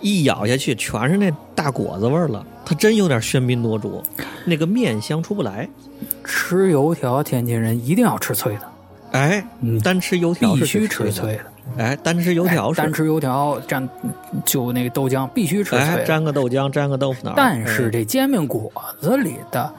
一咬下去全是那大果子味儿了，它真有点喧宾夺主，那个面香出不来。
吃油条，天津人一定要吃脆的，
哎，
嗯，
单吃油条
必
是
须
最
吃
脆
脆
的，
的。
哎，单吃油条
哎
是
单，吃油条蘸就那个豆浆必须吃
哎，
脆的。
沾个豆浆，沾个豆腐脑儿。
但是这煎饼果子里的，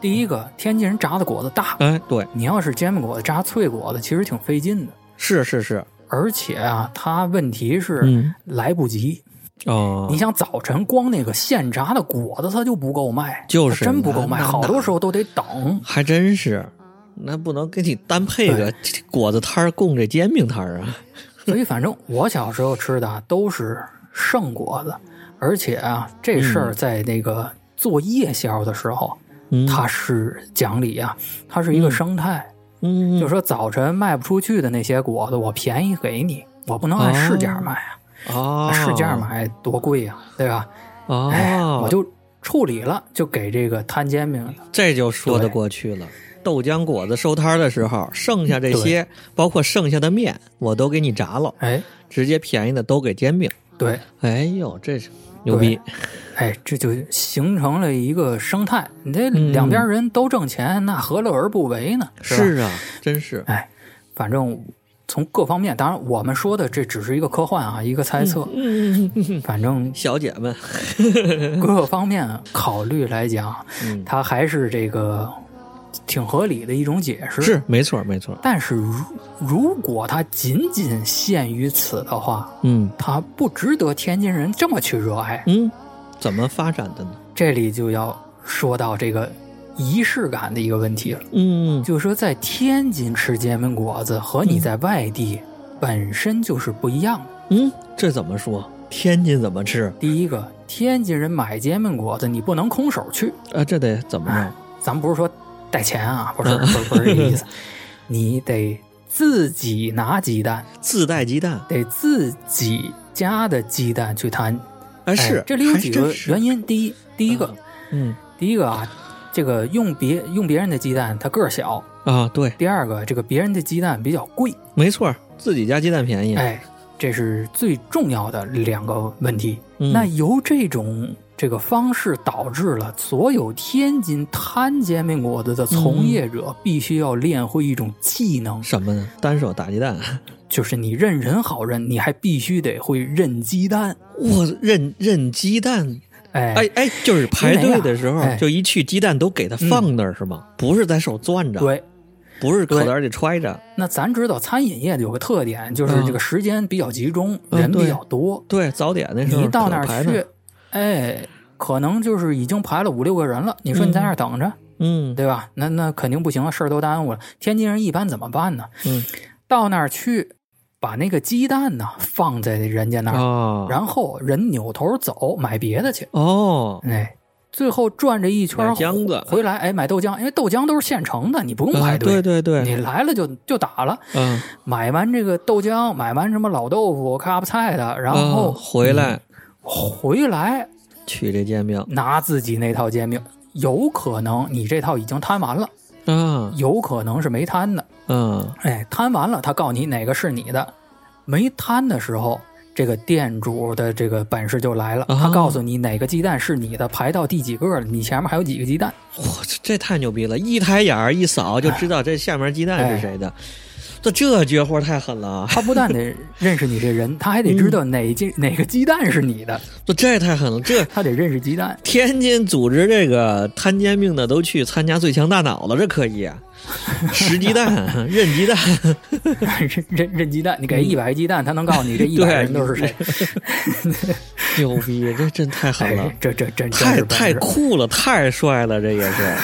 第一个天津人炸的果子大，
哎，哎，对，
你要是煎饼果子炸脆果子，其实挺费劲的。
是是是，
而且啊，它问题是
嗯，
来不及。
哦，
你想早晨光那个现炸的果子，它就不够卖，
就是
它真不够卖，
那那
好多时候都得等。
还真是，那不能给你单配个果子摊儿供这煎饼摊儿啊。
所以反正我小时候吃的啊都是剩果子，而且啊，这事儿在那个做夜宵的时候，
嗯，
它是讲理啊，它是一个
嗯
生态。
嗯，
就说早晨卖不出去的那些果子，我便宜给你，我不能按市价卖啊，
哦，
市价买多贵呀、对吧？哎，
哦，
我就处理了，就给这个摊煎饼的。
这就说得
对
过去了。豆浆果子收摊儿的时候，剩下这些，包括剩下的面，我都给你炸了，
哎，
直接便宜的都给煎饼。
对，
哎呦，这是牛逼！
哎，这就形成了一个生态。你这两边人都挣钱，那何乐而不为呢？吧
嗯是啊，真是。
哎，反正从各方面，当然我们说的这只是一个科幻啊，一个猜测。
嗯，
反正
小姐们，
各方面考虑来讲，
嗯
它还是这个挺合理的一种解释。，
是没错，没错。
但是如如果它仅仅限于此的话，
嗯
它不值得天津人这么去热爱。
嗯，怎么发展的呢？
这里就要说到这个仪式感的一个问题了。
嗯，
就是说，在天津吃煎饼果子和你在外地本身就是不一样的。
嗯，这怎么说？天津怎么吃
第一个，天津人买煎饼果子，你不能空手去，
啊？这得怎么
哎
着？
咱不是说带钱啊，不
嗯
是不是不是这 意思，你得自己拿鸡蛋，
自带鸡蛋？
得自己家的鸡蛋去摊。
哎，
哎
是，
这里有
还
几个
真是
原因，第一，第一个，
嗯
第一个啊，这个用别用别人的鸡蛋，它个儿小；
啊，对，
第二个，这个别人的鸡蛋比较贵，
没错，自己家鸡蛋便宜。
哎，这是最重要的两个问题。
嗯
那由这种这个方式导致了所有天津摊煎饼果子的从
嗯
业者必须要练会一种技能，
什么呢？单手打鸡蛋。
就是你认人好认，你还必须得会认鸡蛋。
我认认鸡蛋，
哎，
哎哎，就是排队的时候，
因为啊哎嗯
就一去鸡蛋都给它放那儿是吗？不是在手攥着，
对。
不是口袋里揣着，
那咱知道餐饮业有个特点，就是这个时间比较集中，
嗯
人
对
比较多。
对，早点那时候
你一到那
可排
儿
呢
去，，哎，可能就是已经排了五六个人了。你说你在那儿等着，
嗯
对吧？啊那那肯定不行了，事儿都耽误了。天津人一般怎么办呢？
嗯，
到那儿去，把那个鸡蛋呢放在人家那儿，
啊，
然后人扭头走买别的去。
哦，
哎，最后转这一圈儿
买浆子
回来，哎，买豆浆，因为豆浆都是现成的，你不用排
啊对
队，
对对，
你来了就就打了。
嗯，
买完这个豆浆，买完什么老豆腐、卡巴菜的，然
啊
后嗯
回来
回来
取这煎饼
拿自己那套煎饼，有可能你这套已经摊完了，
啊，
有可能是没摊的。
嗯
哎，摊完了，他告诉你哪个是你的，没摊的时候。这个店主的这个本事就来了，
啊
他告诉你哪个鸡蛋是你的，排到第几个了，你前面还有几个鸡蛋，
我这这太牛逼了！一抬眼儿一扫就知道这下面鸡蛋
哎
是谁的，这这绝活太狠了啊！
他不 但得认识你这人，他还得知道
嗯
哪鸡、哪个鸡蛋是你的，
这这太狠了！这
他得认识鸡蛋。
天津组织这个摊煎饼的都去参加最强大脑了，这可以啊！拾鸡蛋、认鸡蛋，
认认认鸡蛋，你给一百个鸡蛋，他能告诉你这
嗯
一
对
百人都 是谁。
牛逼！这真太狠了
哎，，这这真真
太
是本
太
事
酷了，太帅了！这也是，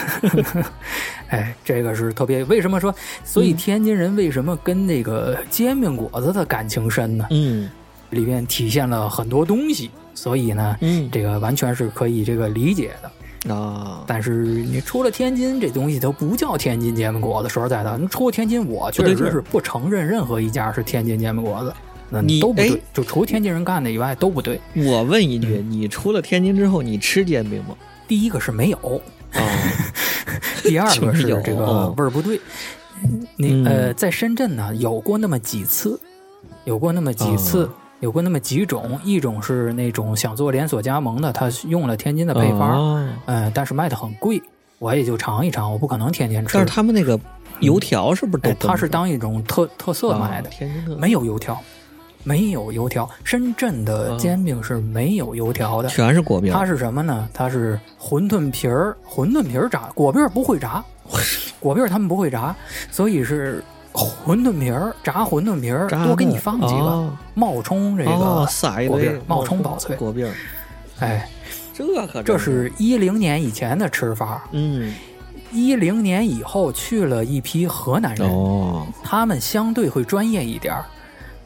哎，这个是特别。为什么说？所
嗯
以天津人为什么跟那个煎饼果子的感情深呢？
嗯
里面体现了很多东西，所以呢，
嗯
这个完全是可以这个理解的。
啊，
但是你出了天津，这东西都不叫天津煎饼果子。说实在的，你出了天津，我确
不对劲
实
儿
是不承认任何一家是天津煎饼果子。那
你
都不
哎
对，就除天津人干的以外都不对。
我问一句，你出了天津之后，你吃煎饼吗？
第一个是没有，
啊，
哎第二个是这个味儿不对。你
哦嗯
呃，在深圳呢，有过那么几次，有过那么几次，
哦
有过那么几种，一种是那种想做连锁加盟的，他用了天津的配方，
啊
嗯，但是卖的很贵，我也就尝一尝，我不可能天天吃
但是。他们那个油条是不是都
哎
跟着、
它是当一种特特色卖的
啊，天津的，
没有油条，没有油条。深圳
啊
的煎饼是没有油条的，
全是果饼。
它是什么呢？它是馄饨皮儿，馄饨皮儿炸，果皮儿不会炸，果皮儿他们不会炸，所以是馄饨皮儿炸馄饨皮儿，
炸
多给你
的
放几个
哦
冒充这
哦
个，
撒一
果
堆
饼冒充薄脆
果饼，
哎，
这可真
这是一零年以前的吃法。
嗯
一零年以后去了一批河南人，
哦
他们相对会专业一点儿，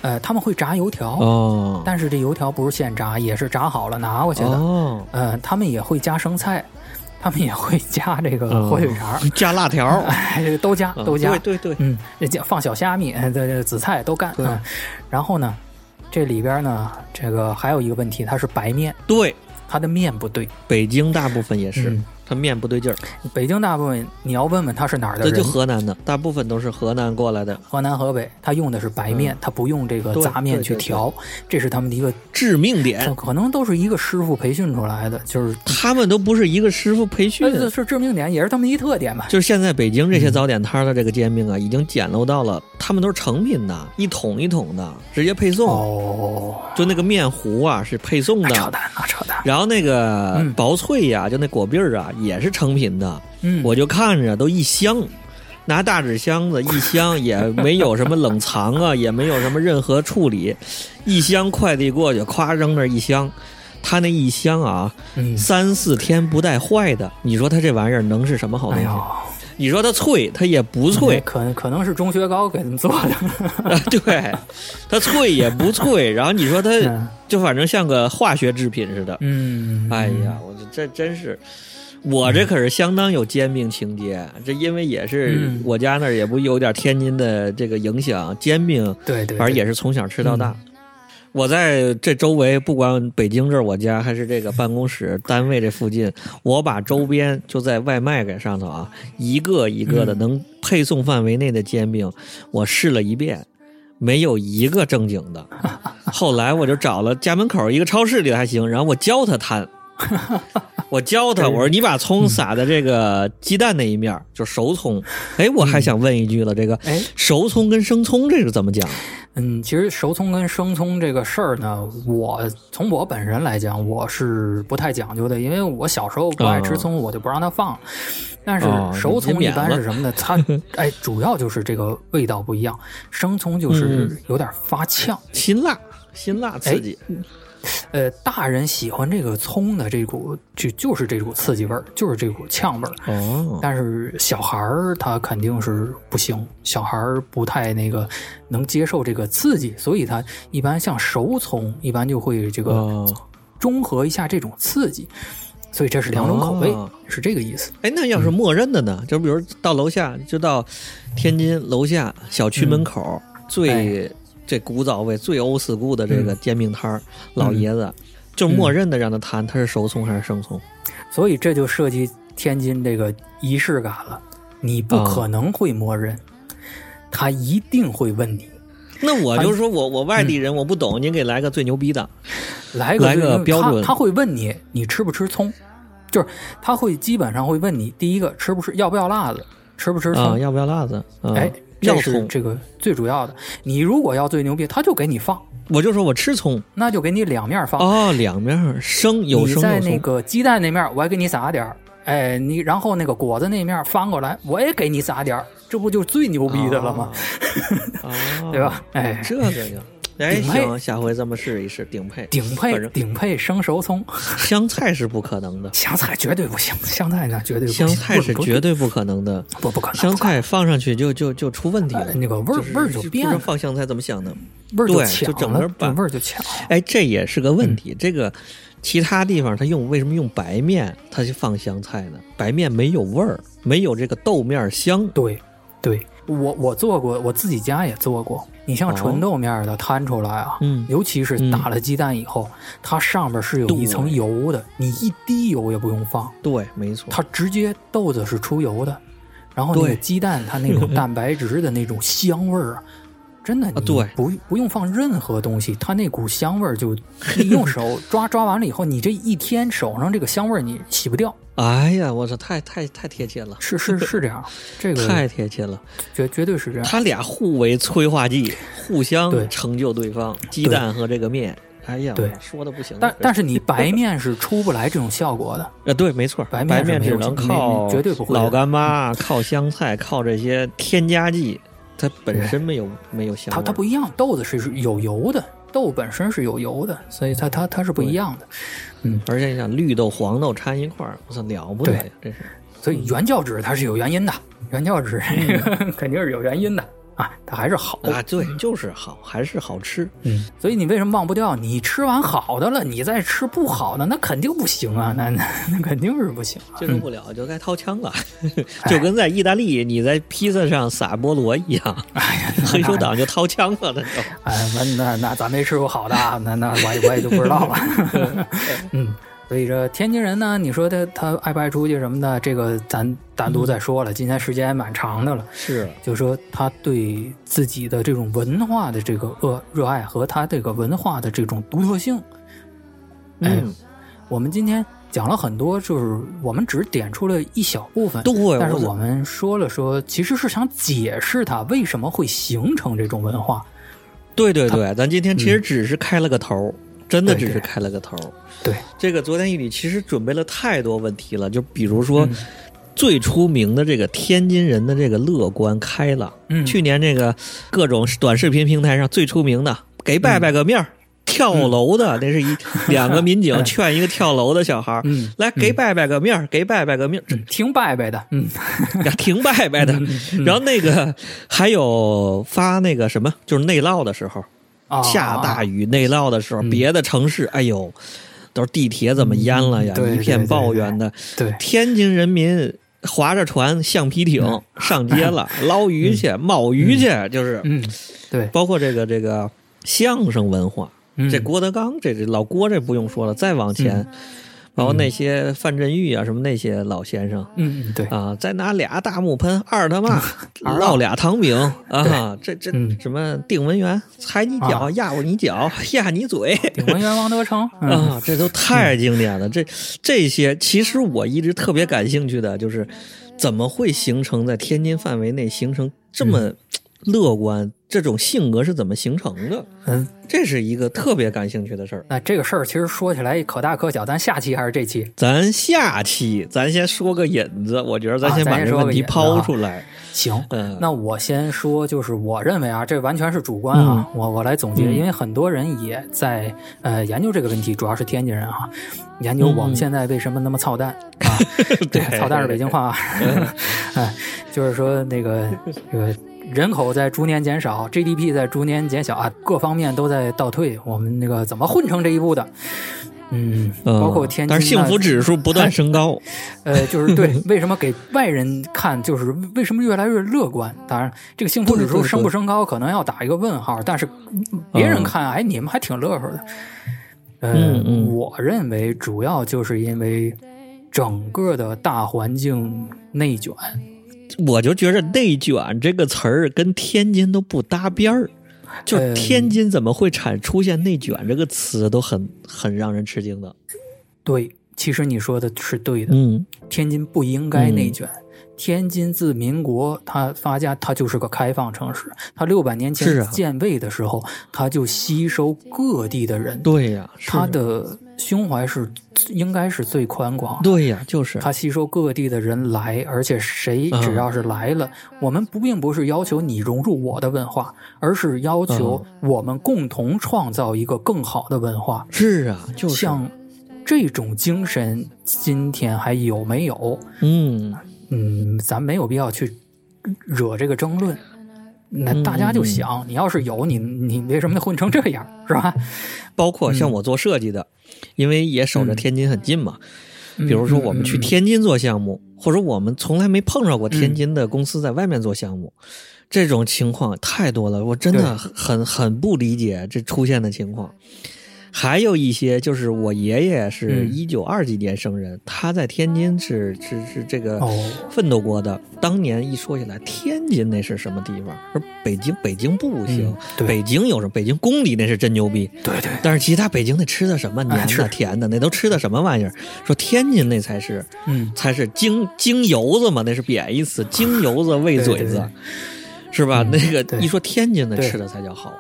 呃，他们会炸油条，
哦
但是这油条不是现炸，也是炸好了拿过去的。
哦，
嗯，他们也会加生菜， 他们也会加这个
嗯
火腿肠儿，
加辣条，
哎，都加
啊
都加，
对对对，
嗯，这加放小虾米、呃这这紫菜都干。
对
嗯，然后呢，这里边呢，这个还有一个问题，它是白面，
对，
它的面不对。
北京大部分也是
嗯，
它面不对劲儿，
北京大部分你要问问他是哪儿的
这就
人，
河南的，大部分都是河南过来的，
河南、河北，他用的是白面，他不用这个
嗯对
杂面
对
去
对对
调，这是他们的一个，
致命点，
可能都是一个师傅培训出来的，就是。
他们都不是一个师傅培训
呃，这是嗯致命点，也是他们的一特点吧。
就是现在北京这些早点摊儿的这个煎饼啊，已经简陋到了，他们都是成品的，一桶一桶的，直接配送。
哦，
就那个面糊啊，是配送
那扯
的。
淡，那扯淡。
然后那个
嗯
薄脆呀、就那果篦儿啊，也是成品的，
嗯，
我就看着都一箱，拿大纸箱子一箱，也没有什么冷藏啊，也没有什么任何处理，一箱快递过去，咵扔那儿一箱，他那一箱啊，
嗯，
三四天不带坏的，你说他这玩意儿能是什么好东
哎
西？
呦，哎
你说它脆，它也不脆，
可可能是中雪糕给他们做 的。
啊，对，它脆也不脆，然后你说它
嗯
就反正像个化学制品似的。
嗯，
哎呀，我这这真是，我这可是相当有煎饼情节。这因为也是
嗯
我家那儿也不有点天津的这个影响，煎饼
对对，
反正
对
也是从小吃到大。嗯我在这周围，不管北京这儿我家，还是这个办公室、单位这附近，我把周边就在外卖给上头啊，一个一个的
嗯
能配送范围内的煎饼，我试了一遍，没有一个正经 的。后来我就找了家门口一个超市里的还行，然后我教他 摊。我教他，我说你把葱撒在这个鸡蛋那一面儿，就熟葱。哎，我还想问一句了，这个
哎，
熟葱跟生葱这是怎么讲？啊
嗯，其实熟葱跟生葱这个事儿呢，我从我本人来讲，我是不太讲究的，因为我小时候不爱吃葱，我就不让它放。但是
哦
熟
你
葱一
免
般
了
是什么呢？ 它哎，主要就是这个味道不一
嗯
样，生葱就是有点发呛。哎
辛辣，辛辣刺激。
呃，大人喜欢这个葱的这股就就是这股刺激味儿，就是这股呛味儿。
哦，
但是小孩儿他肯定是不行，小孩儿不太那个能接受这个刺激，所以他一般像熟葱一般就会这个
哦，
中和一下这种刺激，所以这是两种口味，
哦
是这个意思。
哎，那要是默认的呢？就比如到楼下，就到天津楼下小区
嗯
门口、
哎
最、这古早味、最欧四姑的这
嗯
个煎饼摊儿、老爷子，就默认的让他谈他是熟葱还是生葱。
所以这就涉及天津这个仪式感了，你不
啊
可能会默认，他一定会问你。
那我
啊
就是说我我外
嗯
地人我不懂，您给来个最牛逼的。
来个
来个
就是
标准
他他会问你你吃不吃葱，就是他会基本上会问你第一个吃不吃要不要辣子，吃不吃葱，
啊，要不要辣子？啊、
哎，
要
这是
葱，
这个最主要的。你如果要最牛逼，他就给你放，
我就说我吃葱。
那就给你两面放，
哦，两面儿生有
你
生
在
有
那
葱。
个鸡蛋那面我还给你撒点儿，哎，你然后那个果子那面翻过来我也给你撒点儿，这不就最牛逼的了吗？
哦？
对吧？哎，
这个就。哎，
顶配
行，下回咱们试一试顶配。
顶
反
配
正
顶配生熟葱，
香菜是不可能的，
香菜绝对不行，香菜那 绝对不行，
香菜是
不
绝对不可能的。
不不可能，
香菜放上去就就就出问题
呃
了，
那个味儿
就是
味儿就变
不
了
知道，放香菜怎么想的？
味儿
对
抢
就整
了，
个拌
味儿就抢了。
哎，这也是个问题。
嗯
这个其他地方他用为什么用白面，他就放香菜呢？白面没有味儿，没有这个豆面香。
对，对我我做过，我自己家也做过。你像
哦
纯豆面的摊出来啊，
嗯
尤其是打了鸡蛋以后，它上面是有一层
对
油的，你一滴油也不用放，
对，没错。
它直接豆子是出油的，然后那
对嗯
个鸡蛋它那种蛋白质的那种香味儿啊。真的，你
对
不不用放任何东西，它那股香味儿就你用手抓抓完了以后，你这一天手上这个香味儿你洗不掉，
哎呀，我操，太太太贴切了，
是是是这样，这个
太贴切了。
绝绝对是这样。
他俩互为催化剂，互相
对
成就对方。鸡蛋和这个面，哎呀，
对
我说的不行了。
但但是你白面是出不来这种效果的，
呃，对，没错，白
白面是没
只
有
能
没没
靠
绝对不会的
老干妈、靠香菜、靠这些添加剂，它本身没有没有香味
它
儿。
它不一样，豆子是是有油的，豆本身是有油的，所以它它它是不一样的。
而且你想绿豆、黄豆掺一块儿，我操，了不得呀！这是
所以原教旨它是有原因的，原教旨 肯定是有原因的啊，它还是好。
啊，对，就是好，还是好吃。
嗯，所以你为什么忘不掉？你吃完好的了，你再吃不好的，那肯定不行啊，那那那肯定是不行啊、
接受不了就该掏枪了，
哎
就跟在意大利你在披萨上撒菠萝一样，黑手党就掏枪了那种。
哎，那那那咱没吃过好的，啊，那那我也我也就不知道了。嗯，所以这天津人呢，你说他他爱不爱出去什么的，这个咱单独再说了。今天时间也蛮长的了，
是，
就说他对自己的这种文化的这个热热爱和他这个文化的这种独特性。哎
嗯，
我们今天讲了很多，就是我们只点出了一小部分，
对，
但是
我
我们说了说，其实是想解释它为什么会形成这种文化。
对对对，咱今天其实只是开了个头儿，真的
嗯对
只
对
是开了个头儿。
对，
这个昨天一里其实准备了太多问题了，就比如
嗯
说最出名的这个天津人的这个乐观开朗，
嗯
去年这个各种短视频平台上最出名的给
嗯
拜拜个面儿。跳楼的那是 一两个民警劝一个跳楼的小孩儿
哎嗯
来给拜拜个面儿，给拜拜个面儿，这
听拜拜的，嗯，
挺拜拜的。然后那个还有发那个什么，就是内涝的时候，
啊
下大雨内涝的时候，
嗯
别的城市，哎呦，都是地铁怎么淹了呀
嗯，对
一片抱怨的。
对，
天津人民划着船、橡皮艇上街 了，捞鱼去、冒鱼去，就是
嗯嗯，对，
包括这个这个相声文化，
嗯
这郭德纲这这老郭这不用说了，再往前，包括
嗯
那些范振钰啊什么那些老先生。
嗯，嗯对，
啊，再拿俩大木盆，二他妈
二
烙俩糖饼啊！这这
嗯
什么定文员踩你脚，
啊
压我你脚，压你嘴
鼎文元王德成，嗯
啊！这都太经典了。这这些其实我一直特别
嗯
感兴趣的就是，怎么会形成在天津范围内形成这么乐观这种性格是怎么形成的？
嗯，
这是一个特别感兴趣的事儿。
那这个事儿其实说起来可大可小，咱下期还是这期？
咱下期咱先说个引子，我觉得咱
啊
先
咱
把
先
这
说
问
个
题
引子
抛
啊
出来。
行，
嗯
那我先说，就是我认为啊，这完全是主观啊，我我来总结，
嗯
因为很多人也在呃研究这个问题，主要是天津人啊，研究我们
嗯
现在为什么那么操蛋、啊， 操蛋是北京话啊，
嗯
哎，就是说那个这个。人口在逐年减少，GDP 在逐年减小啊，各方面都在倒退。我们那个怎么混成这一步的？嗯，
嗯，
包括天津呢，
但是幸福指数不断升高。
呃，就是 对，为什么给外人看，就是为什么越来越乐观？当然，这个幸福指
对
数
对对
升不升高，可能要打一个问号。但是别人看，哎，你们还挺乐呵的。呃，
嗯嗯
我认为主要就是因为整个的大环境内卷。
我就觉着“内卷”这个词儿跟天津都不搭边儿，就
嗯
天津怎么会产出现“内卷”这个词，都很很让人吃惊的。
对，其实你说的是对的，
嗯
天津不应该内
嗯
卷。天津自民国它发家，它就是个开放城市。它六百年
是
前
啊
建卫的时候，它就吸收各地的人，
对呀、是啊
他的胸怀是应该是最宽广的。
对呀、就是
他吸收各地的人来，而且谁
嗯
只要是来了，我们不并不是要求你融入我的文化，而是要求
嗯
我们共同创造一个更好的文化。
是啊，就是
像这种精神，今天还有没有？
嗯，
嗯，咱没有必要去惹这个争论。那
嗯
大家就想，你要是有你，你为什么混成这样，是吧？
包括
嗯
像我做设计的，因为也守着天津很近嘛。比如说我们去
嗯嗯嗯嗯
天津做项目，或者我们从来没碰到过天津的公司在外面做项目，这种情况太多了，我真
对
的很很不理解这出现的情况。还有一些就是我爷爷是
嗯
一九二几年生人，他在天津是是是这个
哦
奋斗过的。当年一说起来，天津那是什么地方？而北京北京不行，
嗯对
北京有什么？北京公里那是真牛逼，
对对，
但是其他北京那吃的什么
哎
黏
是
的、甜的，那都吃的什么玩意儿？说天津那才是
嗯，
才是京京油子嘛，那是贬义词，京油子、喂嘴
啊对对
子
对，
是吧？
嗯
那个
对
一说天津的
对
吃的才叫好。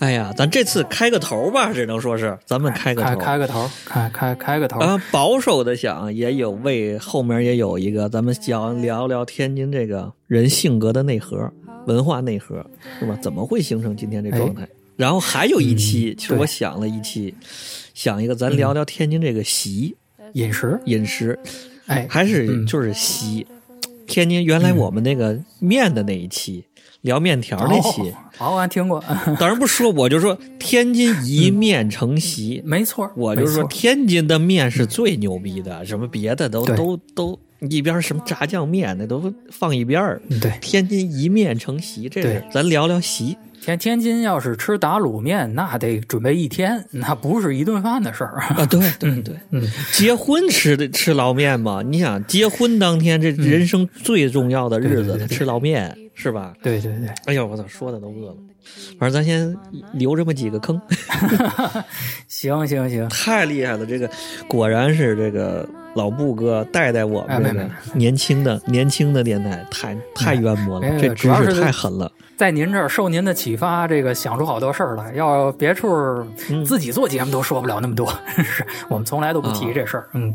哎呀，咱这次开个头吧，只能说是咱们开个
开
头。
开个头，开开开个头。
啊，保守的想也有为后面也有一个，咱们想聊聊天津这个人性格的内核、文化内核，是吧？怎么会形成今天这状态？然后还有一期，其实
哎嗯对
我想了一期，想一个，咱聊聊天津这个习、
饮食，
饮食，
哎，
还是
嗯
就是习。天津原来我们那个面的那一期，聊面条那期，
哦，俺听过，
当然不说，我就说天津一面成习，
没错，
我就是说，
没错
天津的面是最牛逼的，什么别的都
对
都都一边儿什么炸酱面那都放一边儿。
嗯对，
天津一面成席，这是
对
咱聊聊席。
天天津要是吃打卤面，那得准备一天，那不是一顿饭的事儿。
啊，对 对对，
嗯，
结婚吃的吃捞面嘛？你想结婚当天这人生最重要的日
对对
子，
对
他
对
吃捞面是吧？
对对对，
哎呦，我操，说的都饿了。反正咱先留这么几个坑，
行行行，
太厉害了！这个果然是这个老布哥带带我
哎
们
没
这个
没
年轻的年轻的电台，太太渊博
没
了，
有
这
哎主
知
要
识
是
太狠了。
在您这儿受您的启发，这个想出好多事儿来。要别处
嗯
自己做节目都说不了那么多， 是我们从来都不提这事儿。嗯，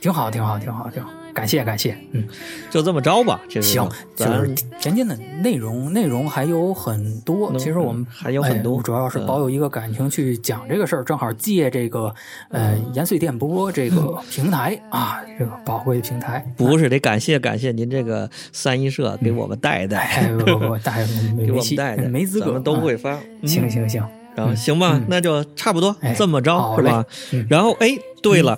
挺好，挺好，挺好，挺好，感谢感谢。嗯，
就这么着吧，这是
行，就
咱
是田间的内容，内容还有很多。
能
其实我们
还有很多呃
哎我主要是抱有一个感情去讲这个事儿，正好借这个呃
嗯
延绥电波这个平台啊，这个宝贵的平台。
不是得感谢感谢您这个三一社给我们带带，
嗯哎，不不不，大家没
给我
没
们
戏
带带，
没资
咱
格，
们都会
啊。
发。嗯
行行行，
然后行吧，那就差不多
哎
这么着
好
是
嘞
吧？
嗯
然后哎，对了，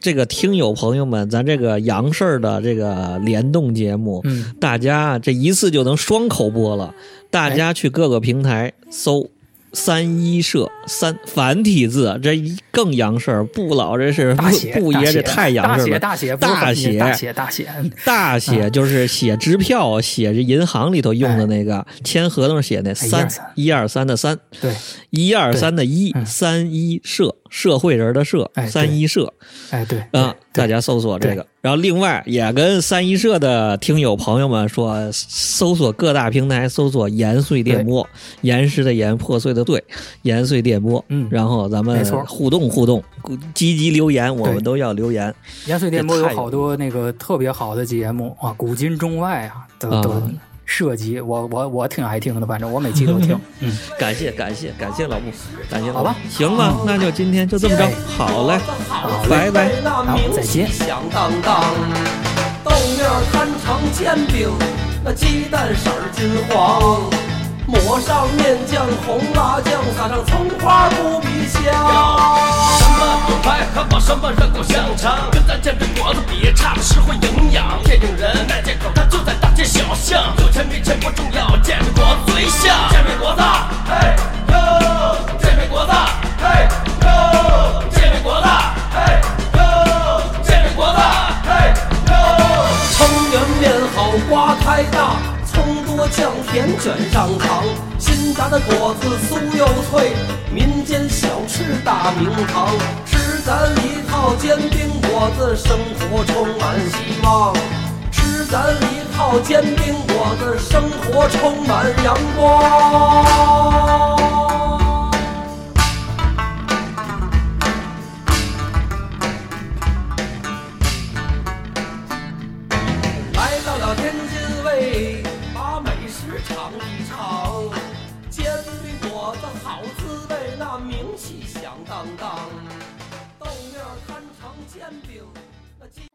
这个听友朋友们，咱这个杨氏儿的这个联动节目，
嗯，
大家啊这一次就能双口播了。大家去各个平台搜“三一社”，三繁体字，啊这一更洋事儿。不老这是
大写，
不爷这太洋
大
事儿
写，
了。
大写，不是
大
繁体
写
大写，大啊写。
大写就是写支票、写这银行里头用的那个
哎
签合同写那三一二三的三
对，
一二三的一
嗯
三一社社会人的社
哎对
三一社
哎，对，
啊，
对
大家搜索这个。然后另外也跟三一社的听友朋友们说，搜索各大平台搜索“延碎电波”，延时的延，破碎的碎，延碎电波。
嗯
然后咱
没
们
错
互动互动，积极留言，我们
对
都要留言。
延绥电波
这
有
太
好多那个特别好的节目啊，古今中外啊，都都
啊
涉及。我我我挺爱听的，反正我每期 都听。嗯，
感谢感谢感谢老布，感谢老
好
布
吧，
行吧，那就今天就这么着
哎，
好嘞，
好
拜拜。
好再见
响当当，豆面摊成煎饼，那鸡蛋色儿金黄，抹上面酱红辣酱，撒上葱花不比香。
什么牛排、汉堡、什么热狗、香肠，跟咱煎饼果子比，差的实惠营养。天津人卖这口，他就在大街小巷，有钱没钱不重要，煎饼果子最香。煎饼果子，嘿哟，煎饼果子，嘿哟，煎饼果子，嘿哟，煎饼果子，嘿哟。
汤圆面好，瓜开大，葱多酱甜卷上糖，新炸的果子酥又脆，民间小吃大名堂。吃咱一套煎饼果子，生活充满希望。吃咱一套煎饼果子，生活充满阳光。来到了天津卫，把美食尝一尝，煎饼果子好滋味，那名气响当当。豆面摊成煎饼，那鸡。